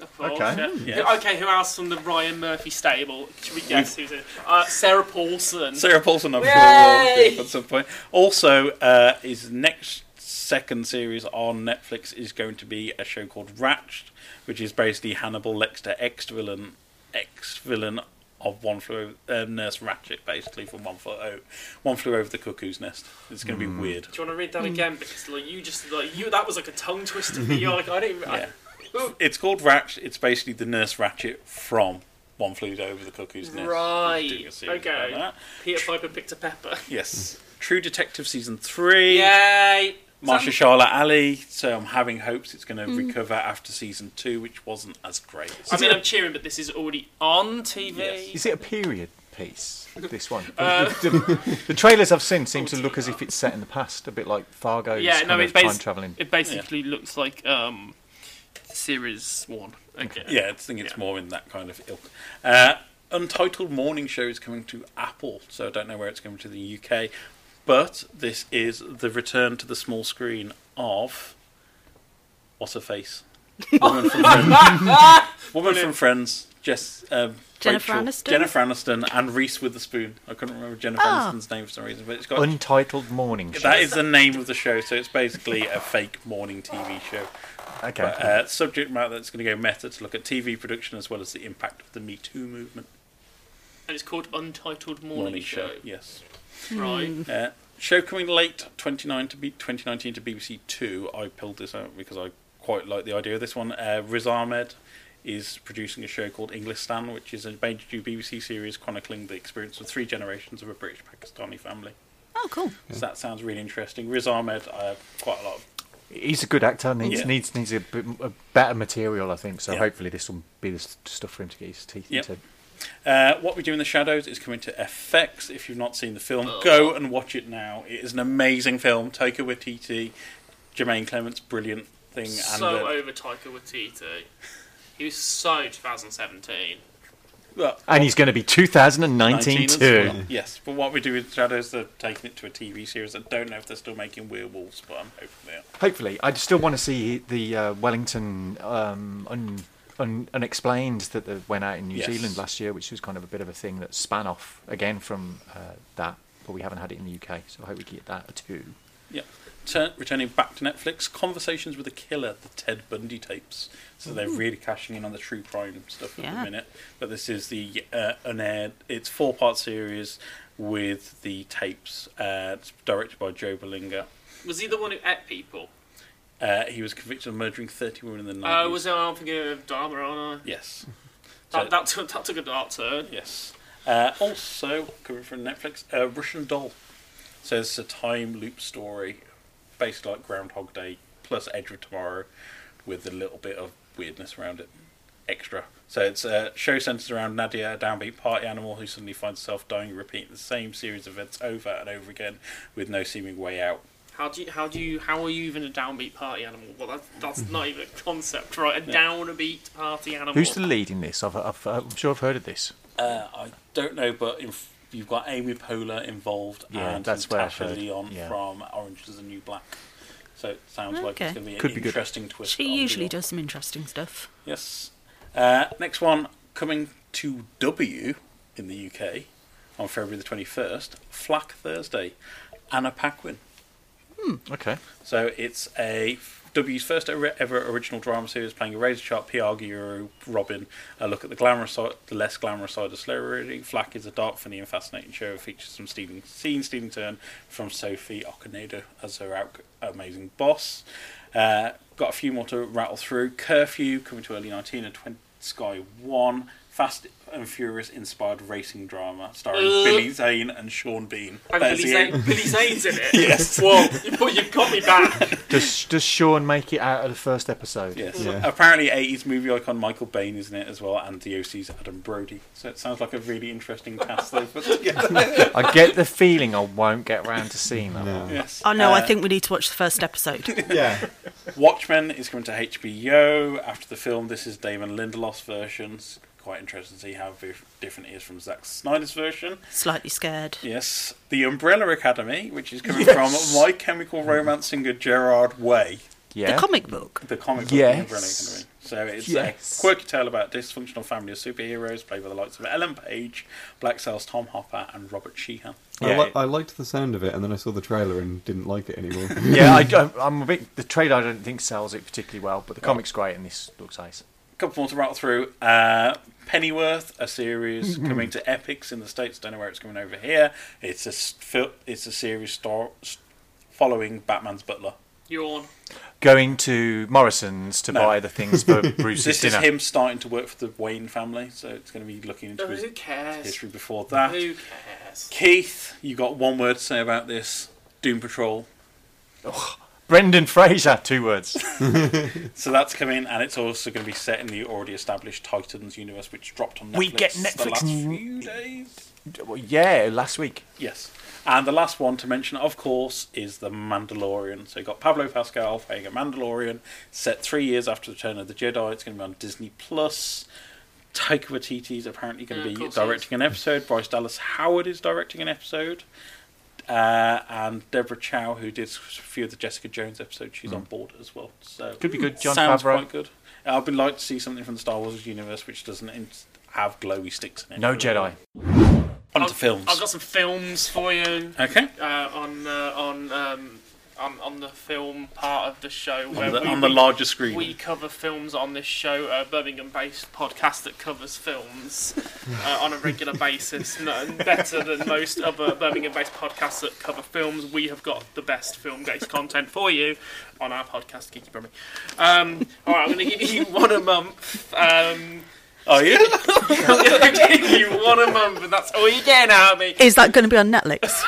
Speaker 11: Of course,
Speaker 8: Okay.
Speaker 9: Hmm,
Speaker 11: yeah.
Speaker 8: Yeah.
Speaker 11: Who- Okay, who else from the Ryan Murphy stable? Should we guess who's in? Uh, Sarah Paulson.
Speaker 8: Sarah Paulson, I'm sure, will
Speaker 11: Yay!
Speaker 8: do at some point. Also, uh, his next second series on Netflix is going to be a show called Ratched, which is basically Hannibal Lecter, ex villain, ex villain of One Flew Over, uh, Nurse Ratchet, basically from One Flew Over, One Flew Over the Cuckoo's Nest. It's going to
Speaker 11: Mm.
Speaker 8: be weird.
Speaker 11: Do you want to read that again? Because like you just like you that was like a tongue twister for you. Like I don't. Even, I-
Speaker 8: Yeah. It's called Ratchet. It's basically the Nurse Ratchet from One Flew Over the Cuckoo's Nest.
Speaker 11: right.
Speaker 8: Doing a series about
Speaker 11: Okay.
Speaker 8: that.
Speaker 11: Peter Piper picked a pepper.
Speaker 8: Yes. True Detective season three.
Speaker 11: Yay!
Speaker 8: Marsha
Speaker 11: Some-
Speaker 8: Charlotte Alley. So I'm having hopes it's going to
Speaker 11: Mm.
Speaker 8: recover after season two, which wasn't as great.
Speaker 11: I mean, I'm cheering, but this is already on TV.
Speaker 9: Is it a period piece? This one.
Speaker 11: Uh,
Speaker 9: the, the trailers I've seen seem to look as if it's set in the past, a bit like Fargo's
Speaker 11: yeah,
Speaker 9: kind
Speaker 11: no,
Speaker 9: of
Speaker 11: it's
Speaker 9: time
Speaker 11: basi-
Speaker 9: traveling.
Speaker 11: It basically looks like um, series one. Okay.
Speaker 8: yeah, I think it's more in that kind of ilk. Uh, Untitled Morning Show is coming to Apple, so I don't know where it's coming to the UK. But this is the return to the small screen of what's her face, woman from Friends, woman from Friends, Jess, um,
Speaker 12: Jennifer
Speaker 8: Rachel-
Speaker 12: Aniston?
Speaker 8: Jennifer Aniston, and Reese Witherspoon. I couldn't remember Jennifer
Speaker 9: Ah.
Speaker 8: Aniston's name for some reason, but it's got
Speaker 9: Untitled Morning Show.
Speaker 8: that is the name of the show, so it's basically a fake morning TV show.
Speaker 9: Okay.
Speaker 8: But, uh, subject matter that's going to go meta to look at TV production as well as the impact of the Me Too movement.
Speaker 11: And it's called Untitled Morning, Show.
Speaker 8: Yes.
Speaker 11: Right.
Speaker 8: Uh, show coming late 29 to be 2019 to BBC Two. I pulled this out because I quite like the idea of this one. Uh, Riz Ahmed is producing a show called English Stan, which is a major new BBC series chronicling the experience of three generations of a British Pakistani family.
Speaker 12: Oh, cool.
Speaker 8: So that sounds really interesting. Riz Ahmed, I have quite a lot of
Speaker 9: He's a good actor. Needs
Speaker 8: Yeah.
Speaker 9: needs needs a, bit, a better material, I think. So
Speaker 8: Yeah.
Speaker 9: hopefully this will be the s- stuff for him to get his teeth
Speaker 8: Yep.
Speaker 9: into.
Speaker 8: Uh, what We Do in the Shadows is coming to FX. If you've not seen the film, go and watch it now. It is an amazing film. Taika Waititi, Jermaine Clements, brilliant thing.
Speaker 11: So
Speaker 8: and, uh,
Speaker 11: over Taika Waititi. He was so 2017.
Speaker 8: well,
Speaker 9: And he's going to be 2019
Speaker 8: 19 as
Speaker 9: too.
Speaker 8: well. Yes, but What We Do in the Shadows, they're taking it to a TV series. I don't know if they're still making werewolves, but I'm hoping they are.
Speaker 9: Hopefully, I still want to see the uh, Wellington um, un, un, unexplained that the, went out in New
Speaker 8: Yes.
Speaker 9: Zealand last year, which was kind of a bit of a thing that span off again from uh, that, but we haven't had it in the UK, so I hope we get that too.
Speaker 8: Yeah. Turn, returning back to Netflix, Conversations with a Killer, the Ted Bundy tapes. So they're
Speaker 11: Ooh.
Speaker 8: really cashing in on the true crime stuff at
Speaker 11: Yeah.
Speaker 8: the minute. But this is the uh, unaired, it's four part series with the tapes. Uh, it's directed by Joe Bellinger.
Speaker 11: Was he the one who ate people?
Speaker 8: Uh, he was convicted of murdering 30 women in the 90s.
Speaker 11: Oh, was I I'm thinking of Dharma, aren't I?
Speaker 8: Yes.
Speaker 11: That,
Speaker 8: So-
Speaker 11: that, took, that took a dark turn.
Speaker 8: Yes. Uh, also, coming from Netflix, uh, Russian Doll. So it's a time loop story, based like Groundhog Day plus Edge of Tomorrow, with a little bit of weirdness around it. extra. So it's a show centers around Nadia, a downbeat party animal who suddenly finds herself dying, repeating the same series of events over and over again with no seeming way out.
Speaker 11: How do you, how do you, how are you even a downbeat party animal? Well, that's, that's not even a concept, right? A downbeat party animal.
Speaker 9: Who's the lead in this? I've, I've, I'm sure I've heard of this.
Speaker 8: Uh, I don't know, but in, you've got Amy Poehler involved
Speaker 9: Yeah,
Speaker 8: and
Speaker 9: that's where I've
Speaker 8: Natasha
Speaker 9: heard.
Speaker 8: Leon
Speaker 9: Yeah.
Speaker 8: from Orange is the New Black. So it sounds like
Speaker 12: Okay.
Speaker 8: it's going to be an
Speaker 9: Could be good.
Speaker 8: interesting twist.
Speaker 12: She
Speaker 8: on the
Speaker 12: usually does some interesting stuff.
Speaker 8: Yes. Uh, next one coming to W in the UK on February the 21st Flack Thursday, Anna Paquin.
Speaker 9: Okay.
Speaker 8: So it's a W's first ever ever original drama series playing a razor sharp PR guru, Robin. A look at the glamorous side, the less glamorous side of slow reading. Flack is a dark, funny, and fascinating show. It features some Steven, scene Steven Turn from Sophie Okonedo as her out, amazing boss. Uh, got a few more to rattle through. Curfew coming to early 19 and 20, Sky 1. Fast and Furious inspired racing drama starring
Speaker 11: Ugh.
Speaker 8: Billy Zane and Sean Bean.
Speaker 11: And
Speaker 8: There's
Speaker 11: Billy,
Speaker 8: you.
Speaker 11: Zane, Billy Zane's in it.
Speaker 8: Yes.
Speaker 11: Well, you put, you've got me back.
Speaker 9: Does Does Sean make it out of the first episode?
Speaker 8: Yes. Apparently, 80s movie icon Michael Bain is in it as well, and DOC's Adam Brody. So it sounds like a really interesting cast they've put together.
Speaker 9: I get the feeling I won't get round to seeing that. one.
Speaker 8: Yes.
Speaker 12: Oh no, I
Speaker 8: Uh,
Speaker 12: think we need to watch the first episode.
Speaker 8: Watchmen is coming to HBO after the film. This is Damon Lindelof's version. It's quite interesting to see how vi- different it is from Zack Snyder's version.
Speaker 12: Slightly scared.
Speaker 8: Yes. The Umbrella Academy, which is coming
Speaker 12: Yes.
Speaker 8: from My Chemical Romance singer Gerard Way.
Speaker 9: Yeah.
Speaker 12: The comic book.
Speaker 8: The comic book
Speaker 9: Yes.
Speaker 8: The Umbrella Academy. So it's
Speaker 9: Yes.
Speaker 8: a quirky tale about a dysfunctional family of superheroes played by the likes of Ellen Page, Black Sails Tom Hopper, and Robert Sheehan.
Speaker 10: I, li- I liked the sound of it, and then I saw the trailer and didn't like it anymore.
Speaker 9: yeah, I, I- I'm a bit. The trade I don't think sells it particularly well,
Speaker 10: Oh.
Speaker 9: but the comic's great and this looks nice.
Speaker 8: couple more to rattle through. Uh, Pennyworth, a series
Speaker 9: Mm-hmm.
Speaker 8: coming to Epics in the States. Don't know where it's coming over here. It's a s- fil- it's a series star- s- following Batman's butler.
Speaker 11: Yawn.
Speaker 9: Going to Morrison's to
Speaker 8: No.
Speaker 9: buy the things for Bruce's
Speaker 8: this
Speaker 9: dinner.
Speaker 8: is him starting to work for the Wayne family, so it's going to be looking into
Speaker 11: Oh,
Speaker 8: his
Speaker 11: who cares?
Speaker 8: history before that.
Speaker 11: Who cares?
Speaker 8: Keith, you got one word to say about this Doom Patrol.
Speaker 9: Brendan Fraser, two words.
Speaker 8: So that's coming, and it's also going to be set in the already established Titans universe, which dropped on Netflix.
Speaker 9: We get
Speaker 8: the
Speaker 9: Netflix.
Speaker 8: last few
Speaker 9: n-
Speaker 8: days.
Speaker 9: Well, yeah, last week.
Speaker 8: Yes. And the last one to mention, of course, is The Mandalorian. So you've got Pablo Pascal playing a Mandalorian, set three years after the Return of the Jedi. It's going to be on Disney Plus. Taika Waititi is apparently going
Speaker 11: Yeah,
Speaker 8: to
Speaker 11: Mm, of
Speaker 8: be
Speaker 11: course he
Speaker 8: directing an episode. Bryce Dallas Howard is directing an episode. Uh, and Deborah Chow, who did a few of the Jessica Jones episodes, she's on board as well. So
Speaker 9: Mm. Could be good, John
Speaker 8: Sounds
Speaker 9: Favreau.
Speaker 8: quite good. I'd be like to see something from the Star Wars universe which doesn't in- have glowy sticks in it.
Speaker 9: No Jedi.
Speaker 8: On to films.
Speaker 11: I've got some films for you.
Speaker 8: Okay.
Speaker 11: Uh, on uh, on um, on on the film part of the show where
Speaker 8: the-
Speaker 11: we,
Speaker 8: on the
Speaker 11: we-
Speaker 8: larger screen.
Speaker 11: we cover films on this show, a Birmingham-based podcast that covers films uh, on a regular basis. No, better than most other Birmingham-based podcasts that cover films, we have got the best film-based content for you on our podcast, Geeky Birmingham. Um, all right, I'm going to give you one a month. Um,
Speaker 8: Are you?
Speaker 11: I'm going to give you one a month, and that's all you get out of me.
Speaker 12: Is that going to be on Netflix?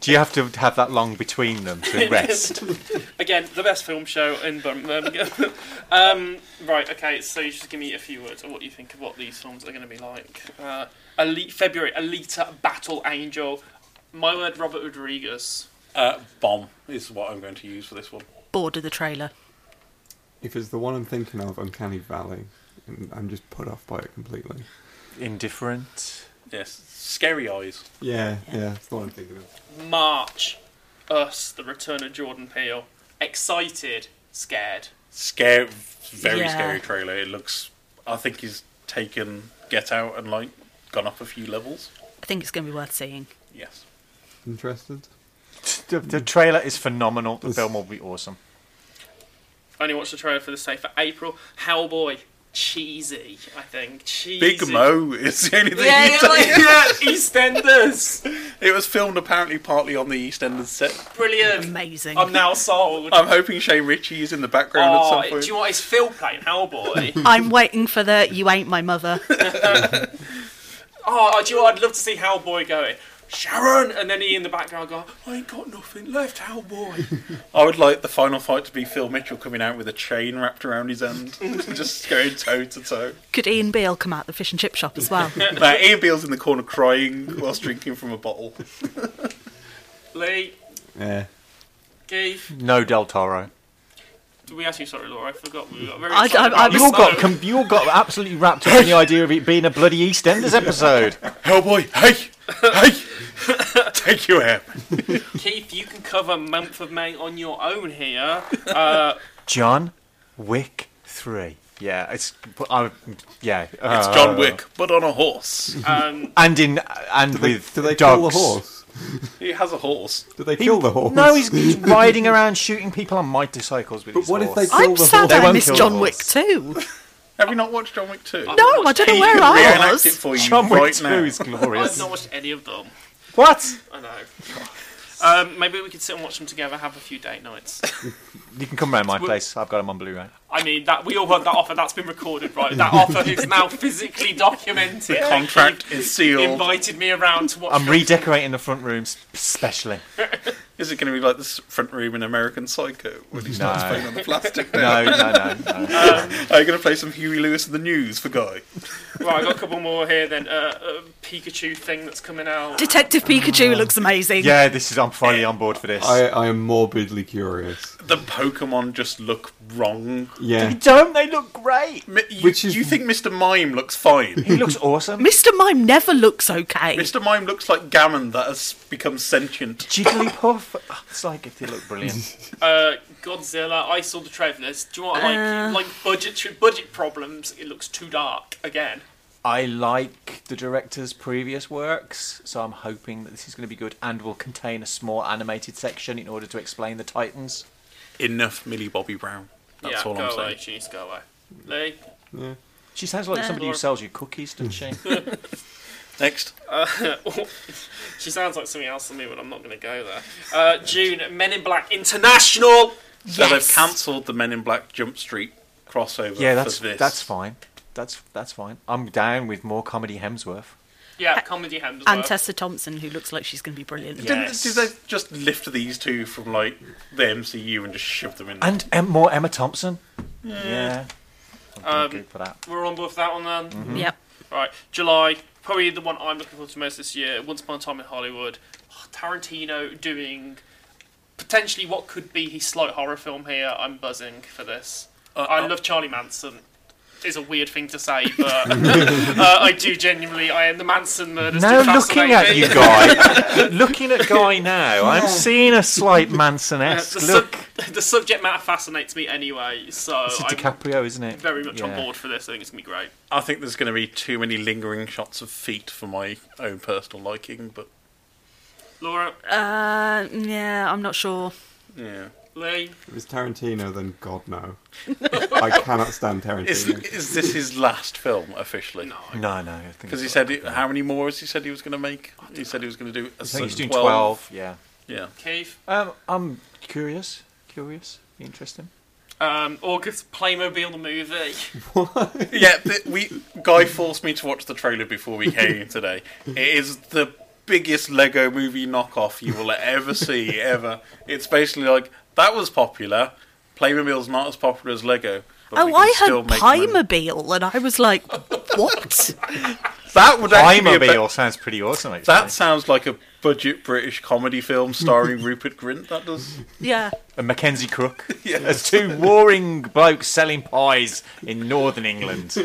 Speaker 9: Do you have to have that long between them to rest?
Speaker 11: Again, the best film show in Birmingham. um, right, okay, so you just give me a few words of what you think of what these films are going to be like. Uh, Elite, February, Alita, Battle Angel. My word, Robert Rodriguez.
Speaker 8: Uh, bomb is what I'm going to use for this one.
Speaker 12: Bored of the trailer.
Speaker 10: if it's the one I'm thinking of, Uncanny Valley, and I'm just put off by it completely.
Speaker 9: Indifferent.
Speaker 8: Yes, scary eyes.
Speaker 10: Yeah, yeah, it's the one I'm thinking of.
Speaker 11: March, Us, The Return of Jordan Peele. Excited, scared.
Speaker 8: Scare, very
Speaker 11: Yeah.
Speaker 8: scary trailer. It looks. I think he's taken Get Out and like gone up a few levels.
Speaker 12: I think it's going to be worth seeing.
Speaker 8: Yes.
Speaker 10: Interested?
Speaker 9: The, the trailer is phenomenal. The film will be awesome.
Speaker 11: Only watched the trailer for this day for April. Hellboy, cheesy, I think. Cheesy.
Speaker 8: Big Mo is the only thing.
Speaker 11: Yeah,
Speaker 8: you
Speaker 11: yeah, like,
Speaker 8: take.
Speaker 11: yeah, EastEnders.
Speaker 8: It was filmed apparently partly on the EastEnders set.
Speaker 11: Brilliant.
Speaker 12: Amazing.
Speaker 11: I'm now sold.
Speaker 8: I'm hoping Shane Ritchie is in the background
Speaker 11: Oh,
Speaker 8: at some point.
Speaker 11: Do you want his Phil playing Hellboy?
Speaker 12: I'm waiting for the You Ain't My Mother.
Speaker 11: oh, do you know what? I'd love to see Hellboy going. Sharon, and then he in the background go, I ain't got nothing left, how boy.
Speaker 8: I would like the final fight to be Phil Mitchell coming out with a chain wrapped around his end, just going toe to toe.
Speaker 12: Could Ian Beale come out the fish and chip shop as well?
Speaker 8: Now, Uh, Ian Beale's in the corner crying whilst drinking from a bottle.
Speaker 11: Lee,
Speaker 10: Yeah.
Speaker 11: Keith,
Speaker 9: No Del Toro.
Speaker 11: did we ask you sorry, Laura? I forgot. We got very.
Speaker 12: I-
Speaker 11: excited
Speaker 12: I-
Speaker 11: about
Speaker 12: I-
Speaker 11: this,
Speaker 9: You all got
Speaker 11: so-
Speaker 9: com- you all got absolutely wrapped up in the idea of it being a bloody EastEnders episode.
Speaker 8: Hellboy, hey, hey, take you out.
Speaker 11: Keith, you can cover month of May on your own here. Uh,
Speaker 9: John Wick Three. Yeah, it's I, yeah. It's
Speaker 8: It's John Wick, but on a horse.
Speaker 11: um,
Speaker 9: and in and with
Speaker 10: Do they
Speaker 9: dogs.
Speaker 10: kill the horse?
Speaker 8: He has a horse.
Speaker 10: Do they kill the horse?
Speaker 9: No, he's, he's riding around shooting people on motorcycles with
Speaker 10: But
Speaker 9: his
Speaker 10: what if
Speaker 9: horse.
Speaker 10: they kill
Speaker 12: I'm
Speaker 10: the
Speaker 12: sad
Speaker 10: horse?
Speaker 9: They
Speaker 12: I
Speaker 9: won't
Speaker 12: missed
Speaker 9: kill
Speaker 12: John
Speaker 9: the
Speaker 12: Wick too.
Speaker 8: Have you not watched John Wick 2?
Speaker 12: No, I don't know where I
Speaker 8: Reenact it
Speaker 12: was.
Speaker 8: for you
Speaker 9: John Wick
Speaker 8: right
Speaker 9: Two
Speaker 8: now.
Speaker 9: is
Speaker 11: I've
Speaker 9: glorious.
Speaker 11: not watched any of them.
Speaker 9: what?
Speaker 11: I know. Um, maybe we could sit and watch them together, have a few date nights.
Speaker 9: You can come round my place. I've got him on Blu-ray.
Speaker 11: I mean, that we all want that offer. That's been recorded, right? That offer is now physically documented.
Speaker 8: The contract is sealed.
Speaker 11: Invited me around to watch.
Speaker 9: I'm
Speaker 11: them.
Speaker 9: redecorating the front room specially.
Speaker 8: Is it going to be like this front room in American Psycho when he starts playing on the plastic?
Speaker 9: No,
Speaker 8: Now?
Speaker 9: no, no, no.
Speaker 8: Are you going to play some Huey Lewis in the News for Guy?
Speaker 11: Right, I've got a couple more here. Then uh, a Pikachu thing that's coming out.
Speaker 12: Detective Pikachu looks amazing.
Speaker 9: Yeah, this is. I'm finally on board for this.
Speaker 10: I, I am morbidly curious.
Speaker 8: The Pokemon just look wrong.
Speaker 10: Yeah.
Speaker 9: Don't they look great?
Speaker 8: Mi- You,
Speaker 10: Which is-
Speaker 8: you think Mr. Mime looks fine?
Speaker 9: He looks awesome.
Speaker 12: Mr. Mime never looks okay.
Speaker 8: Mr. Mime looks like Gammon that has become sentient.
Speaker 9: Jigglypuff. Oh, It's like if they look brilliant.
Speaker 11: Uh, Godzilla. I saw the trailers. Do you know what? Like, like budget budget problems. It looks too dark again.
Speaker 9: I like the director's previous works, so I'm hoping that this is going to be good and will contain a small animated section in order to explain the Titans.
Speaker 8: Enough Millie Bobby Brown. That's
Speaker 11: yeah,
Speaker 8: all
Speaker 11: go
Speaker 8: I'm
Speaker 11: away.
Speaker 8: saying.
Speaker 11: She needs to go away. Lee.
Speaker 9: She sounds like somebody who
Speaker 11: Laura.
Speaker 9: sells you cookies, doesn't she?
Speaker 8: Next.
Speaker 11: she sounds like something else to me, but I'm not going to go there. Uh, June, Men in Black International.
Speaker 8: So they've cancelled the Men in Black Jump Street crossover
Speaker 9: yeah,
Speaker 8: for
Speaker 9: that's
Speaker 8: this.
Speaker 9: that's fine. That's that's fine. I'm down with more comedy Hemsworth.
Speaker 11: Yeah, comedy hand.
Speaker 12: And Tessa Thompson, who looks like she's going to be brilliant.
Speaker 8: Didn't, Did they just lift these two from like the MCU and just shove them in? there?
Speaker 9: And em- more Emma Thompson. Yeah. I'm
Speaker 11: Um,
Speaker 9: good for that.
Speaker 11: We're on board with that one then.
Speaker 12: Yep.
Speaker 11: Right, July. Probably the one I'm looking forward to most this year. Once Upon a Time in Hollywood. Tarantino doing potentially what could be his slight horror film here. I'm buzzing for this. I love Charlie Manson. It's a weird thing to say, but uh, I do genuinely. I am the Manson murders.
Speaker 9: Now
Speaker 11: do fascinate
Speaker 9: looking at
Speaker 11: me.
Speaker 9: you, Guy. looking at Guy now, I'm seeing a slight Manson-esque
Speaker 11: the,
Speaker 9: look.
Speaker 11: sub- the subject matter fascinates me anyway, so
Speaker 9: It's a
Speaker 11: Oh, I'm
Speaker 9: DiCaprio, isn't it?
Speaker 11: very much on
Speaker 9: Yeah.
Speaker 11: board for this. I think it's gonna be great.
Speaker 8: I think there's going to be too many lingering shots of feet for my own personal liking, but
Speaker 11: Laura,
Speaker 12: Uh, yeah, I'm not sure.
Speaker 8: yeah.
Speaker 11: Lee,
Speaker 10: If it's Tarantino, then God no. I cannot stand
Speaker 8: Is,
Speaker 10: Tarantino.
Speaker 8: is this his last film officially? No.
Speaker 9: No, no. I think
Speaker 8: Because he
Speaker 9: it's-
Speaker 8: said, it, how many more has he said he was going to make? He said he was going to do a
Speaker 9: I think he's doing
Speaker 8: 12.
Speaker 9: 12. Yeah.
Speaker 8: Yeah.
Speaker 11: Keith,
Speaker 9: Um, I'm curious. Curious. Interesting.
Speaker 11: um, August Playmobil the movie.
Speaker 8: yeah, th- we Guy forced me to watch the trailer before we came today. It is the biggest Lego movie knockoff you will ever see, ever. It's basically like, that was popular. Playmobil's not as popular as Lego. but we can
Speaker 12: Oh, I
Speaker 8: still
Speaker 12: heard
Speaker 8: make money.
Speaker 12: Pymobile, and I was like, what?
Speaker 8: That would actually be a
Speaker 9: Playmobil
Speaker 8: be-
Speaker 9: sounds pretty awesome. Actually.
Speaker 8: That sounds like a budget British comedy film starring Rupert Grint. That does.
Speaker 12: yeah.
Speaker 9: and Mackenzie Crook. There's two warring blokes selling pies in northern England.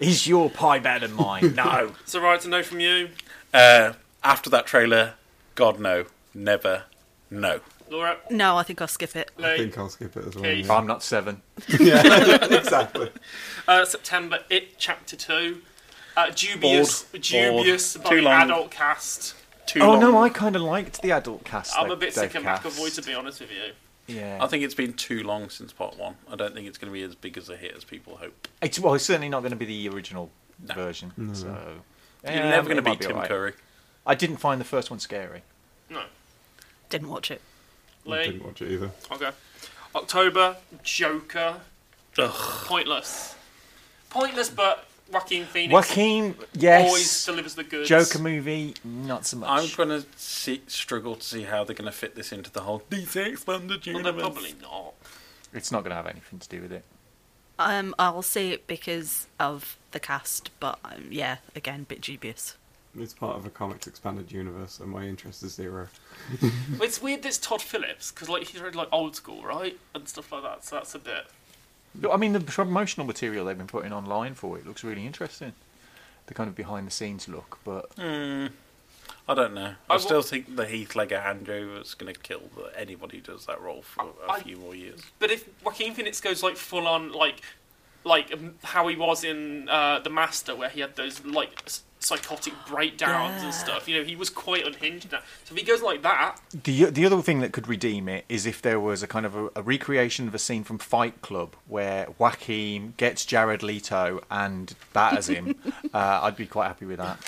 Speaker 9: Is your pie better than mine? No.
Speaker 11: It's alright to know from you,
Speaker 8: Uh, after that trailer, God no, never, no.
Speaker 11: Laura,
Speaker 12: No, I think I'll skip it.
Speaker 10: I
Speaker 11: Lee.
Speaker 10: think I'll skip it as well.
Speaker 11: Keith.
Speaker 10: yeah.
Speaker 9: I'm not seven.
Speaker 10: exactly.
Speaker 11: Uh, September, It Chapter Two. Uh, dubious,
Speaker 8: Bored.
Speaker 11: dubious
Speaker 8: Bored.
Speaker 11: by
Speaker 8: Too long.
Speaker 11: adult cast.
Speaker 8: Too
Speaker 9: Oh
Speaker 8: long.
Speaker 9: no, I kind of liked the adult cast.
Speaker 11: I'm a
Speaker 9: that
Speaker 11: bit
Speaker 9: they've
Speaker 11: sick of
Speaker 9: cast.
Speaker 11: McAvoy, to be honest with you.
Speaker 9: Yeah,
Speaker 8: I think it's been too long since part one. I don't think it's going to be as big as a hit as people hope.
Speaker 9: it's well, it's certainly not going to be the original version. So
Speaker 8: You're
Speaker 9: Yeah,
Speaker 8: never going to
Speaker 9: it might
Speaker 8: beat Tim
Speaker 9: alright.
Speaker 8: Curry.
Speaker 9: I didn't find the first one scary.
Speaker 11: No,
Speaker 12: Didn't watch it.
Speaker 10: I
Speaker 11: Lee.
Speaker 10: didn't watch it either.
Speaker 11: Okay. October, Joker.
Speaker 8: Ugh.
Speaker 11: Pointless. Pointless, but Joaquin Phoenix.
Speaker 9: Joaquin, yes.
Speaker 11: Always delivers the goods.
Speaker 9: Joker movie, not so much.
Speaker 8: I'm gonna see, struggle to see how they're gonna fit this into the whole DC expanded
Speaker 11: Well,
Speaker 8: universe.
Speaker 11: they're probably not.
Speaker 9: It's not gonna have anything to do with it.
Speaker 12: Um, I'll see it because of the cast, but um, yeah, again, bit dubious.
Speaker 10: It's part of a comics expanded universe, and my interest is zero.
Speaker 11: It's weird that it's Todd Phillips because like he's really like old school, right, and stuff like that. So that's a bit.
Speaker 9: But, I mean, the promotional material they've been putting online for it looks really interesting. The kind of behind the scenes look, but
Speaker 8: Hmm. I don't know. I,
Speaker 11: I wa-
Speaker 8: still think the Heath Ledger handover is going to kill the, anybody who does that role for a
Speaker 11: I-
Speaker 8: few more years.
Speaker 11: But if Joaquin Phoenix goes like full on like like um, how he was in uh, The Master, where he had those like s- psychotic breakdowns
Speaker 9: Yeah.
Speaker 11: and stuff, you know, he was quite unhinged. Now. So if he goes like that,
Speaker 9: The the other thing that could redeem it is if there was a kind of a, a recreation of a scene from Fight Club where Joaquin gets Jared Leto and batters him. uh, I'd be quite happy with that.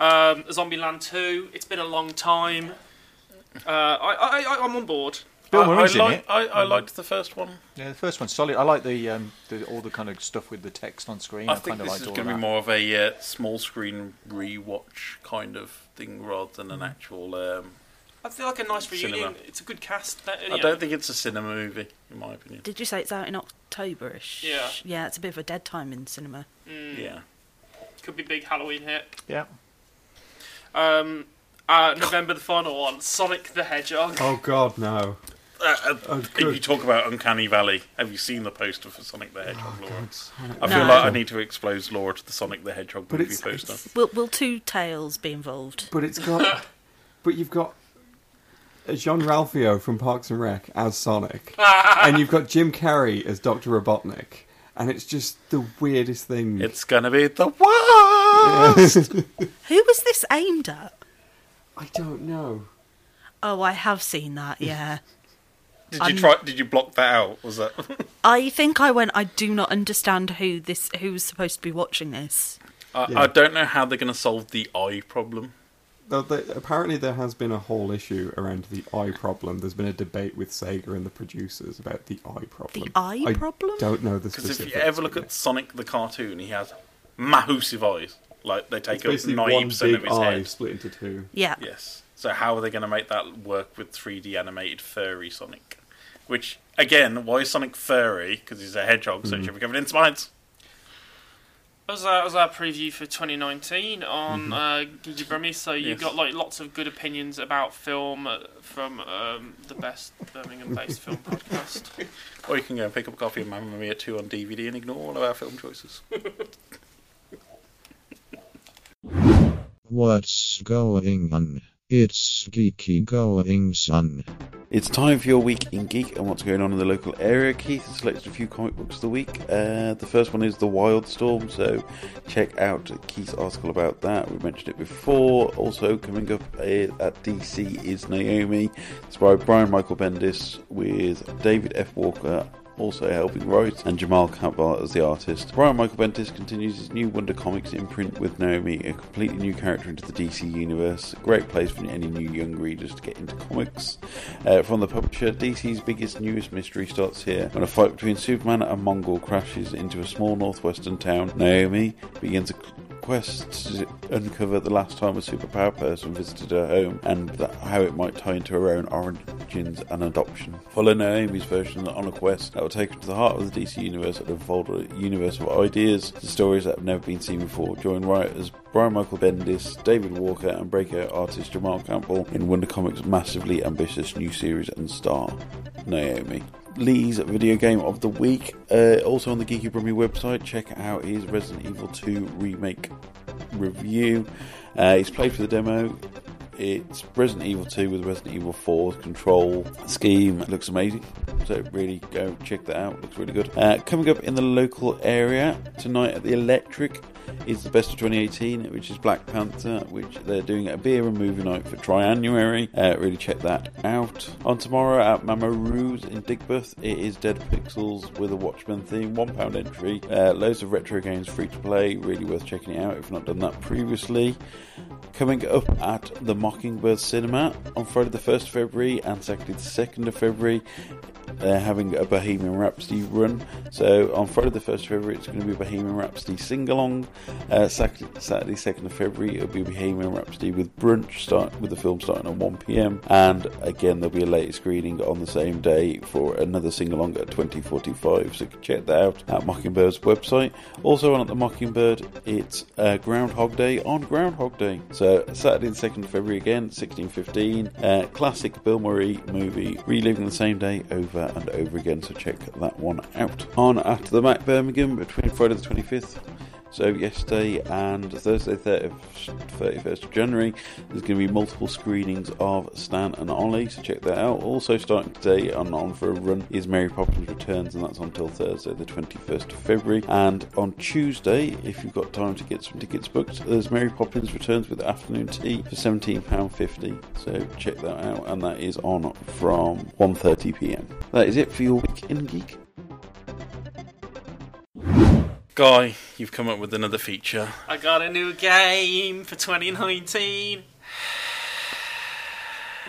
Speaker 11: um, Zombieland Two, it's been a long time. Uh, I, I, I I'm on board.
Speaker 9: Bill
Speaker 8: I,
Speaker 9: Murray's
Speaker 8: I,
Speaker 9: in
Speaker 8: like-
Speaker 9: it.
Speaker 8: I, I liked the first one.
Speaker 9: Yeah, the first one's solid. I like the, um, the all the kind of stuff with the text on screen. I,
Speaker 8: I think
Speaker 9: kind of
Speaker 8: this
Speaker 9: liked
Speaker 8: is
Speaker 9: all
Speaker 8: going to
Speaker 9: that.
Speaker 8: be more of a uh, small screen rewatch kind of thing rather than
Speaker 9: Mm.
Speaker 8: an actual. Um,
Speaker 11: I feel like a nice reunion.
Speaker 8: Cinema.
Speaker 11: It's a good cast. That,
Speaker 8: I don't think it's a cinema movie, in my opinion.
Speaker 12: Did you say it's out in Octoberish?
Speaker 11: Yeah.
Speaker 12: Yeah, it's a bit of a dead time in cinema.
Speaker 8: Yeah.
Speaker 11: Could be big Halloween hit.
Speaker 9: Yeah.
Speaker 11: Um, uh, November the final one, Sonic the Hedgehog.
Speaker 10: Oh God, no!
Speaker 8: Uh, uh, if
Speaker 10: Oh, good.
Speaker 8: you talk about Uncanny Valley, have you seen the poster for Sonic the
Speaker 10: Oh,
Speaker 8: Hedgehog, Laura?
Speaker 10: Sonic
Speaker 8: I
Speaker 12: the
Speaker 8: feel like I
Speaker 12: Hedgehog.
Speaker 8: need to expose Laura to the Sonic the Hedgehog
Speaker 10: But
Speaker 8: movie
Speaker 10: it's-
Speaker 8: poster.
Speaker 12: Will, will two tails be involved?
Speaker 10: But it's got, but you've got John Ralphio from Parks and Rec as Sonic, and you've got Jim Carrey as Doctor Robotnik, and it's just the weirdest thing.
Speaker 8: It's gonna be the worst.
Speaker 12: Who was this aimed at?
Speaker 10: I don't know.
Speaker 12: Oh, I have seen that.
Speaker 8: Mm.
Speaker 12: Yeah.
Speaker 8: Did
Speaker 12: I'm-
Speaker 8: you try? Did you block that out? Was that?
Speaker 12: I think I went. I do not understand who this who's supposed to be watching this.
Speaker 8: I,
Speaker 10: Yeah.
Speaker 8: I don't know how they're going to solve the eye problem.
Speaker 10: Though they- apparently, there has been a whole issue around the eye problem. There's been a debate with Sega and the producers about the eye problem.
Speaker 12: eye
Speaker 10: I
Speaker 12: problem?
Speaker 10: Don't know the
Speaker 8: Because
Speaker 10: specifics.
Speaker 8: if you ever look at Sonic the cartoon, he has massive eyes. Like they
Speaker 10: it's
Speaker 8: take up
Speaker 10: basically
Speaker 8: ninety
Speaker 10: one
Speaker 8: percent
Speaker 10: big
Speaker 8: of his
Speaker 10: eye
Speaker 8: head.
Speaker 10: split into two.
Speaker 12: Yeah.
Speaker 8: Yes. So how are they going to make that work with three D animated furry Sonic? Which again, why is Sonic furry? Because he's a hedgehog, so it should be covered in spines.
Speaker 11: That was, our, that was our preview for 2019 on uh, Gigi Brummy. So you
Speaker 8: Yes.
Speaker 11: got like lots of good opinions about film uh, from um, the best Birmingham-based film podcast.
Speaker 8: Or you can go and pick up a copy of Mamma Mia two on DVD and ignore all of our film choices.
Speaker 13: What's going on? It's geeky going son.
Speaker 14: It's time for your week in geek and what's going on in the local area. Keith has selected a few comic books of the week. Uh, the first one is The Wildstorm, so check out Keith's article about that. We mentioned it before. Also coming up uh, at DC is Naomi. It's by Brian Michael Bendis with David F. Walker also helping write, and Jamal Campbell as the artist. Brian Michael Bendis continues his new Wonder Comics imprint with Naomi, a completely new character into the DC universe. Great place for any new young readers to get into comics. Uh, from the publisher, DC's biggest, newest mystery starts here when a fight between Superman and Mongol crashes into a small northwestern town. Naomi begins a quest to uncover the last time a superpower person visited her home and that, how it might tie into her own origins and adoption. Follow Naomi's version on a quest that will take her to the heart of the DC universe and unfold a universe of ideas and stories that have never been seen before. Join writers Brian Michael Bendis, David Walker, and breakout artist Jamal Campbell in Wonder Comics' massively ambitious new series and star Naomi. Lee's video game of the week. Uh, also on the Geeky Brummy website, check out his Resident Evil 2 remake review. Uh, he's played for the demo. It's Resident Evil 2 with Resident Evil 4's control scheme. It looks amazing. So really go check that out. Looks really good. Uh, coming up in the local area tonight at the Electric is the best of 2018, which is Black Panther, which they're doing a beer and movie night for Trianuary. Uh, really check that out. On tomorrow at Mama Roo's in Digbeth, it is Dead Pixels with a Watchmen theme, one pound entry. Uh, loads of retro games free to play, really worth checking it out if you've not done that previously. Coming up at the Mockingbird Cinema on Friday the 1st of February and Saturday the 2nd of February They're having a Bohemian Rhapsody run. So on Friday the 1st of February, it's going to be Bohemian Rhapsody sing along. Uh, Saturday, Saturday, 2nd of February, it'll be Bohemian Rhapsody with brunch, start with the film starting at 1 pm. And again, there'll be a later screening on the same day for another sing along at 2045. So you can check that out at Mockingbird's website. Also on at the Mockingbird, it's uh, Groundhog Day on Groundhog Day. So Saturday the 2nd of February again, 1615. Uh, classic Bill Murray movie, reliving the same day over and over again. So check that one out. On after the Mac Birmingham between Friday the 25th. So yesterday and Thursday, 30th, 31st of January, there's going to be multiple screenings of Stan and Ollie. So check that out. Also starting today and on for a run is Mary Poppins Returns, and that's until Thursday, the 21st of February. And on Tuesday, if you've got time to get some tickets booked, there's Mary Poppins Returns with afternoon tea for £17.50. So check that out, and that is on from 1:30 p.m. That is it for your week in geek.
Speaker 8: Guy, you've come up with another feature.
Speaker 11: I got a new game for 2019.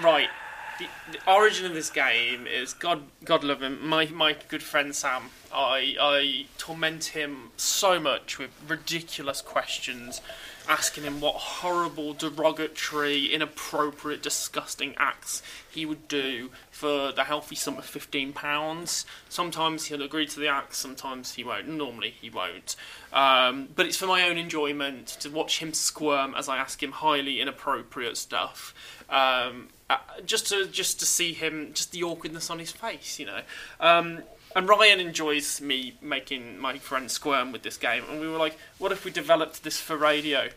Speaker 11: right. The, the origin of this game is God, God love him. My my good friend Sam. I I torment him so much with ridiculous questions, asking him what horrible, derogatory, inappropriate, disgusting acts he would do for the healthy sum of fifteen pounds. Sometimes he'll agree to the act, sometimes he won't. Normally he won't. Um, but it's for my own enjoyment to watch him squirm as I ask him highly inappropriate stuff. Um, uh, just to just to see him, just the awkwardness on his face, you know. Um, and Ryan enjoys me making my friend squirm with this game, and we were like, what if we developed this for radio?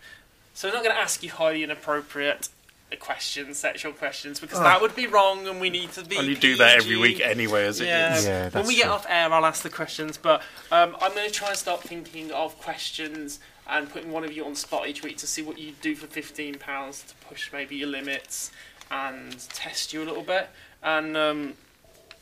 Speaker 11: So I'm not going to ask you highly inappropriate questions, sexual questions, because
Speaker 8: Oh.
Speaker 11: that would be wrong, and we need to be.
Speaker 8: And you do that every
Speaker 11: PG.
Speaker 8: week anyway, as it
Speaker 11: yeah.
Speaker 8: is. Yeah,
Speaker 11: when
Speaker 8: that's
Speaker 11: we get
Speaker 8: true.
Speaker 11: off air, I'll ask the questions, but um, I'm going to try and start thinking of questions and putting one of you on the spot each week to see what you do for fifteen pounds to push maybe your limits and test you a little bit, and um,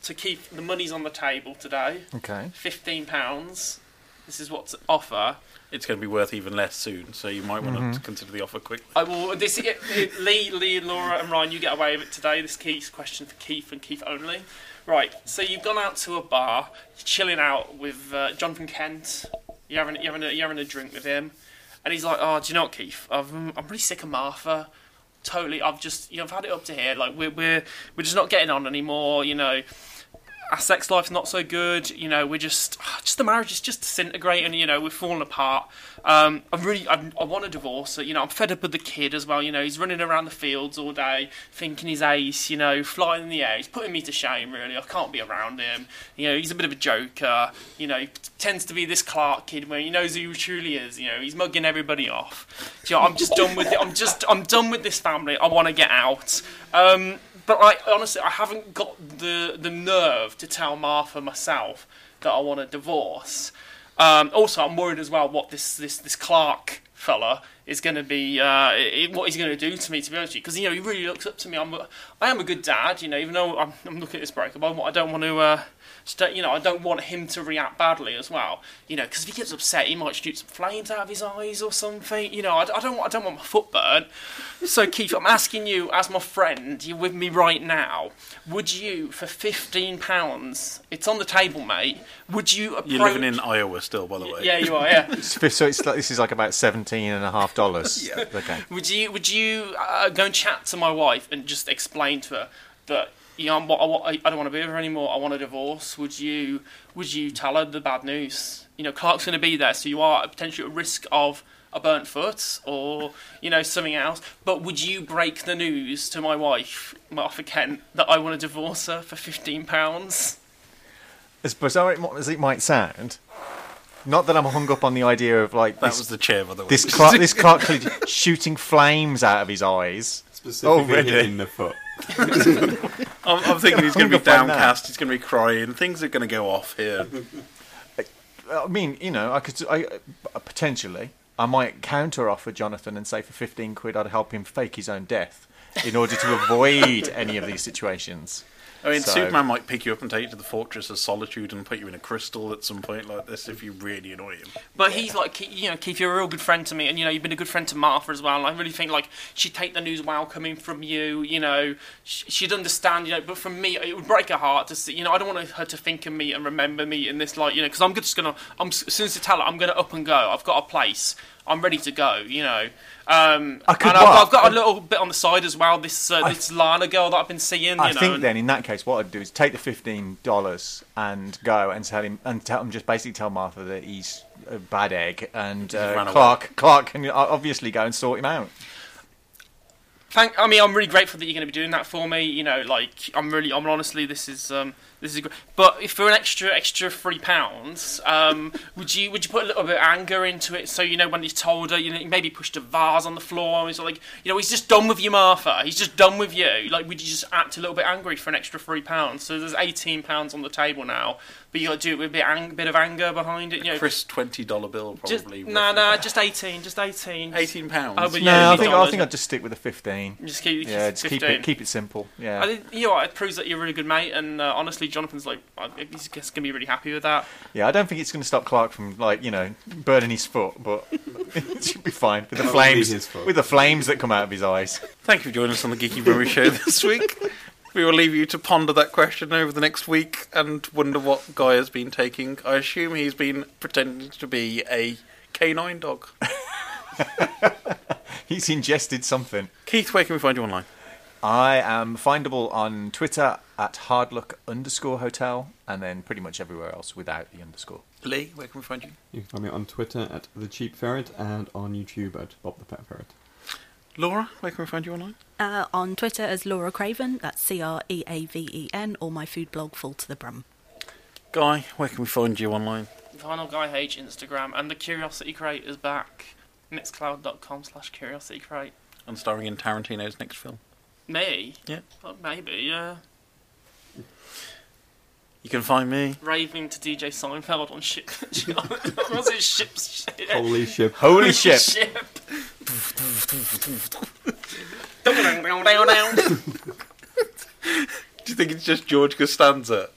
Speaker 11: to keep the money's on the table today.
Speaker 9: Okay.
Speaker 11: Fifteen pounds. This is what's offer.
Speaker 8: It's going to be worth even less soon, so you might want
Speaker 12: Mm-hmm.
Speaker 8: to
Speaker 9: Mhm.
Speaker 8: consider the offer quickly.
Speaker 11: I will. This it, it- Lee, Lee, and Laura, and Ryan. You get away with it today. This Keith's question for Keith and Keith only. Right. So you've gone out to a bar, you're chilling out with uh, Jonathan Kent. You're having you're having a, you're having a drink with him, and he's like, "Oh, do you know what, Keith? I've, I'm really sick of Martha. Totally. I've just you know, I've had it up to here. Like we're we're we're just not getting on anymore. You know." Our sex life's not so good, you know. We're just, just the marriage is just disintegrating, you know. We're falling apart. Um, I'm really, I'm, I want a divorce. So, you know, I'm fed up with the kid as well. You know, he's running around the fields all day, thinking he's ace. You know, flying in the air. He's putting me to shame. Really, I can't be around him. You know, he's a bit of a joker. You know, he tends to be this Clark kid when he knows who he truly is. You know, he's mugging everybody off. Do you know, I'm just done with it. I'm just, I'm done with this family. I want to get out. Um, but I honestly, I haven't got the the nerve to tell Martha myself that I want a divorce. Um, also, I'm worried as well what this this this Clark fella is going to be, uh, i- what he's going to do to me. To be honest, with you, because you know he really looks up to me. I'm a, I am a good dad, you know. Even though I'm, I'm looking at this breakup, I, I don't want to. Uh, st- you know, I don't want him to react badly as well. You know, because if he gets upset, he might shoot some flames out of his eyes or something. You know, I, d- I don't, want- I don't want my foot burnt. So, Keith, I'm asking you, as my friend, you're with me right now. Would you, for fifteen pounds, it's on the table, mate. Would you approach?
Speaker 8: You're living in Iowa still, by the way.
Speaker 11: Yeah, you are. Yeah.
Speaker 9: It's fif- so it's like, this is like about seventeen and a half dollars. yeah. Okay.
Speaker 11: Would you would you uh, go and chat to my wife and just explain to her that you know I'm, what, I, wa- I don't want to be with her anymore. I want a divorce. Would you would you tell her the bad news? You know Clark's going to be there, so you are potentially at risk of a burnt foot or you know something else. But would you break the news to my wife, Martha Kent, that I want to divorce her for fifteen pounds?
Speaker 9: As bizarre it, mi- as it might sound, not that I'm hung up on the idea of like
Speaker 8: That
Speaker 9: this,
Speaker 8: was the chair, by the way.
Speaker 9: This Clark, this Clark Clee- shooting flames out of his eyes.
Speaker 10: Specifically
Speaker 8: hitting
Speaker 10: the foot.
Speaker 8: I'm, I'm thinking he's going to
Speaker 9: Hung
Speaker 8: be
Speaker 9: up on that.
Speaker 8: downcast. He's going to be crying. Things are going to go off here.
Speaker 9: I mean, you know, I could I, uh, potentially I might counter offer Jonathan and say for fifteen quid I'd help him fake his own death in order to avoid any of these situations.
Speaker 8: I mean,
Speaker 9: So-
Speaker 8: Superman might pick you up and take you to the Fortress of Solitude and put you in a crystal at some point like this if you really annoy him.
Speaker 11: But he's like, Keith- you know, Keith, you're a real good friend to me, and you know, you've been a good friend to Martha as well. And I really think like she'd take the news well coming from you. You know, sh- she'd understand. You know, but from me, it would break her heart to see. You know, I don't want her to think of me and remember me in this light. You know, because I'm just gonna, I'm as soon as I tell her, I'm gonna up and go. I've got a place. I'm ready to go. You know. Um,
Speaker 9: I could
Speaker 11: and I've,
Speaker 9: what?
Speaker 11: I've got a little bit on the side as well. This uh, this Lana girl that I've been seeing. You
Speaker 9: I
Speaker 11: know,
Speaker 9: think
Speaker 11: and-
Speaker 9: then in that case, what I'd do is take the fifteen dollars and go and tell him and tell him just basically tell Martha that he's a bad egg and
Speaker 11: He's run
Speaker 9: uh,
Speaker 11: away.
Speaker 9: Clark Clark can obviously go and sort him out.
Speaker 11: Thank. I mean, I'm really grateful that you're going to be doing that for me. You know, like I'm really, I'm honestly, this is um, this is. Great. But if for an extra extra three pounds, um, would you would you put a little bit of anger into it? So you know, when he's told her, you know, he maybe pushed a vase on the floor. And he's like, you know, he's just done with you, Martha. He's just done with you. Like, would you just act a little bit angry for an extra three pounds? So there's eighteen pounds on the table now, but you got to do it with a bit, ang- bit of anger behind it. You know,
Speaker 8: Chris twenty dollar bill
Speaker 11: Uh, just,
Speaker 8: probably.
Speaker 11: nah, nah, just eighteen, just eighteen,
Speaker 8: eighteen pounds.
Speaker 11: Oh, but
Speaker 9: no,
Speaker 11: yeah,
Speaker 9: I think I
Speaker 11: $18.
Speaker 9: think I'd just stick with the fifteen.
Speaker 11: Just keep-
Speaker 9: yeah, just keep
Speaker 11: 15.
Speaker 9: it keep it simple. Yeah.
Speaker 11: I think, you know, what, it proves that you're a really good mate, and uh, honestly, Jonathan's like, I- he's going to be really happy with that.
Speaker 9: Yeah, I don't think it's going to stop Clark from like you know burning his foot, but it should be fine with the
Speaker 8: Probably his
Speaker 9: flames
Speaker 8: foot.
Speaker 9: with the flames that come out of his eyes.
Speaker 8: Thank you for joining us on the Geeky Brewery Show this week. We will leave you to ponder that question over the next week and wonder what Guy has been taking. I assume he's been pretending to be a canine dog.
Speaker 9: He's ingested something.
Speaker 8: Keith, where can we find you online?
Speaker 9: I am findable on Twitter at hardluck underscore hotel, and then pretty much everywhere else without the underscore.
Speaker 8: Lee, where can we find you?
Speaker 10: You can find me on Twitter at the Cheap Ferret and on YouTube at Bob the Pet Ferret.
Speaker 8: Laura, where can we find you online?
Speaker 12: Uh, on Twitter as Laura Craven, that's C R E A V E N, or my food blog, Full to the Brum.
Speaker 8: Guy, where can we find you online?
Speaker 11: Vinyl Guy H, Instagram, and the Curiosity Crate is back. Mixcloud.com slash Curiosity Crate.
Speaker 8: And starring in Tarantino's next film.
Speaker 11: Me?
Speaker 8: Yeah.
Speaker 11: Well, maybe, yeah.
Speaker 8: You can find me.
Speaker 11: Raving to DJ Seinfeld on ship. was it ship's ship?
Speaker 8: Holy ship. Holy ship.
Speaker 11: ship.
Speaker 8: Do you think it's just George Costanza?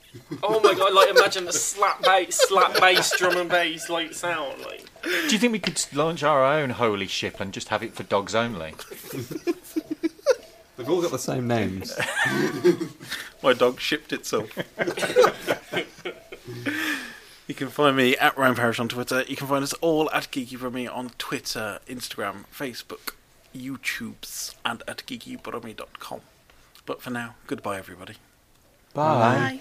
Speaker 11: oh my god, like imagine a slap bass, slap bass, drum and bass like sound. Like.
Speaker 9: Do you think we could launch our own holy ship and just have it for dogs only?
Speaker 10: They've all got the same names.
Speaker 8: My dog shipped itself. you can find me at Ryan Parish on Twitter. You can find us all at Geeky Brummy on Twitter, Instagram, Facebook, YouTubes, and at geekybromy.com. But for now, goodbye, everybody.
Speaker 9: Bye.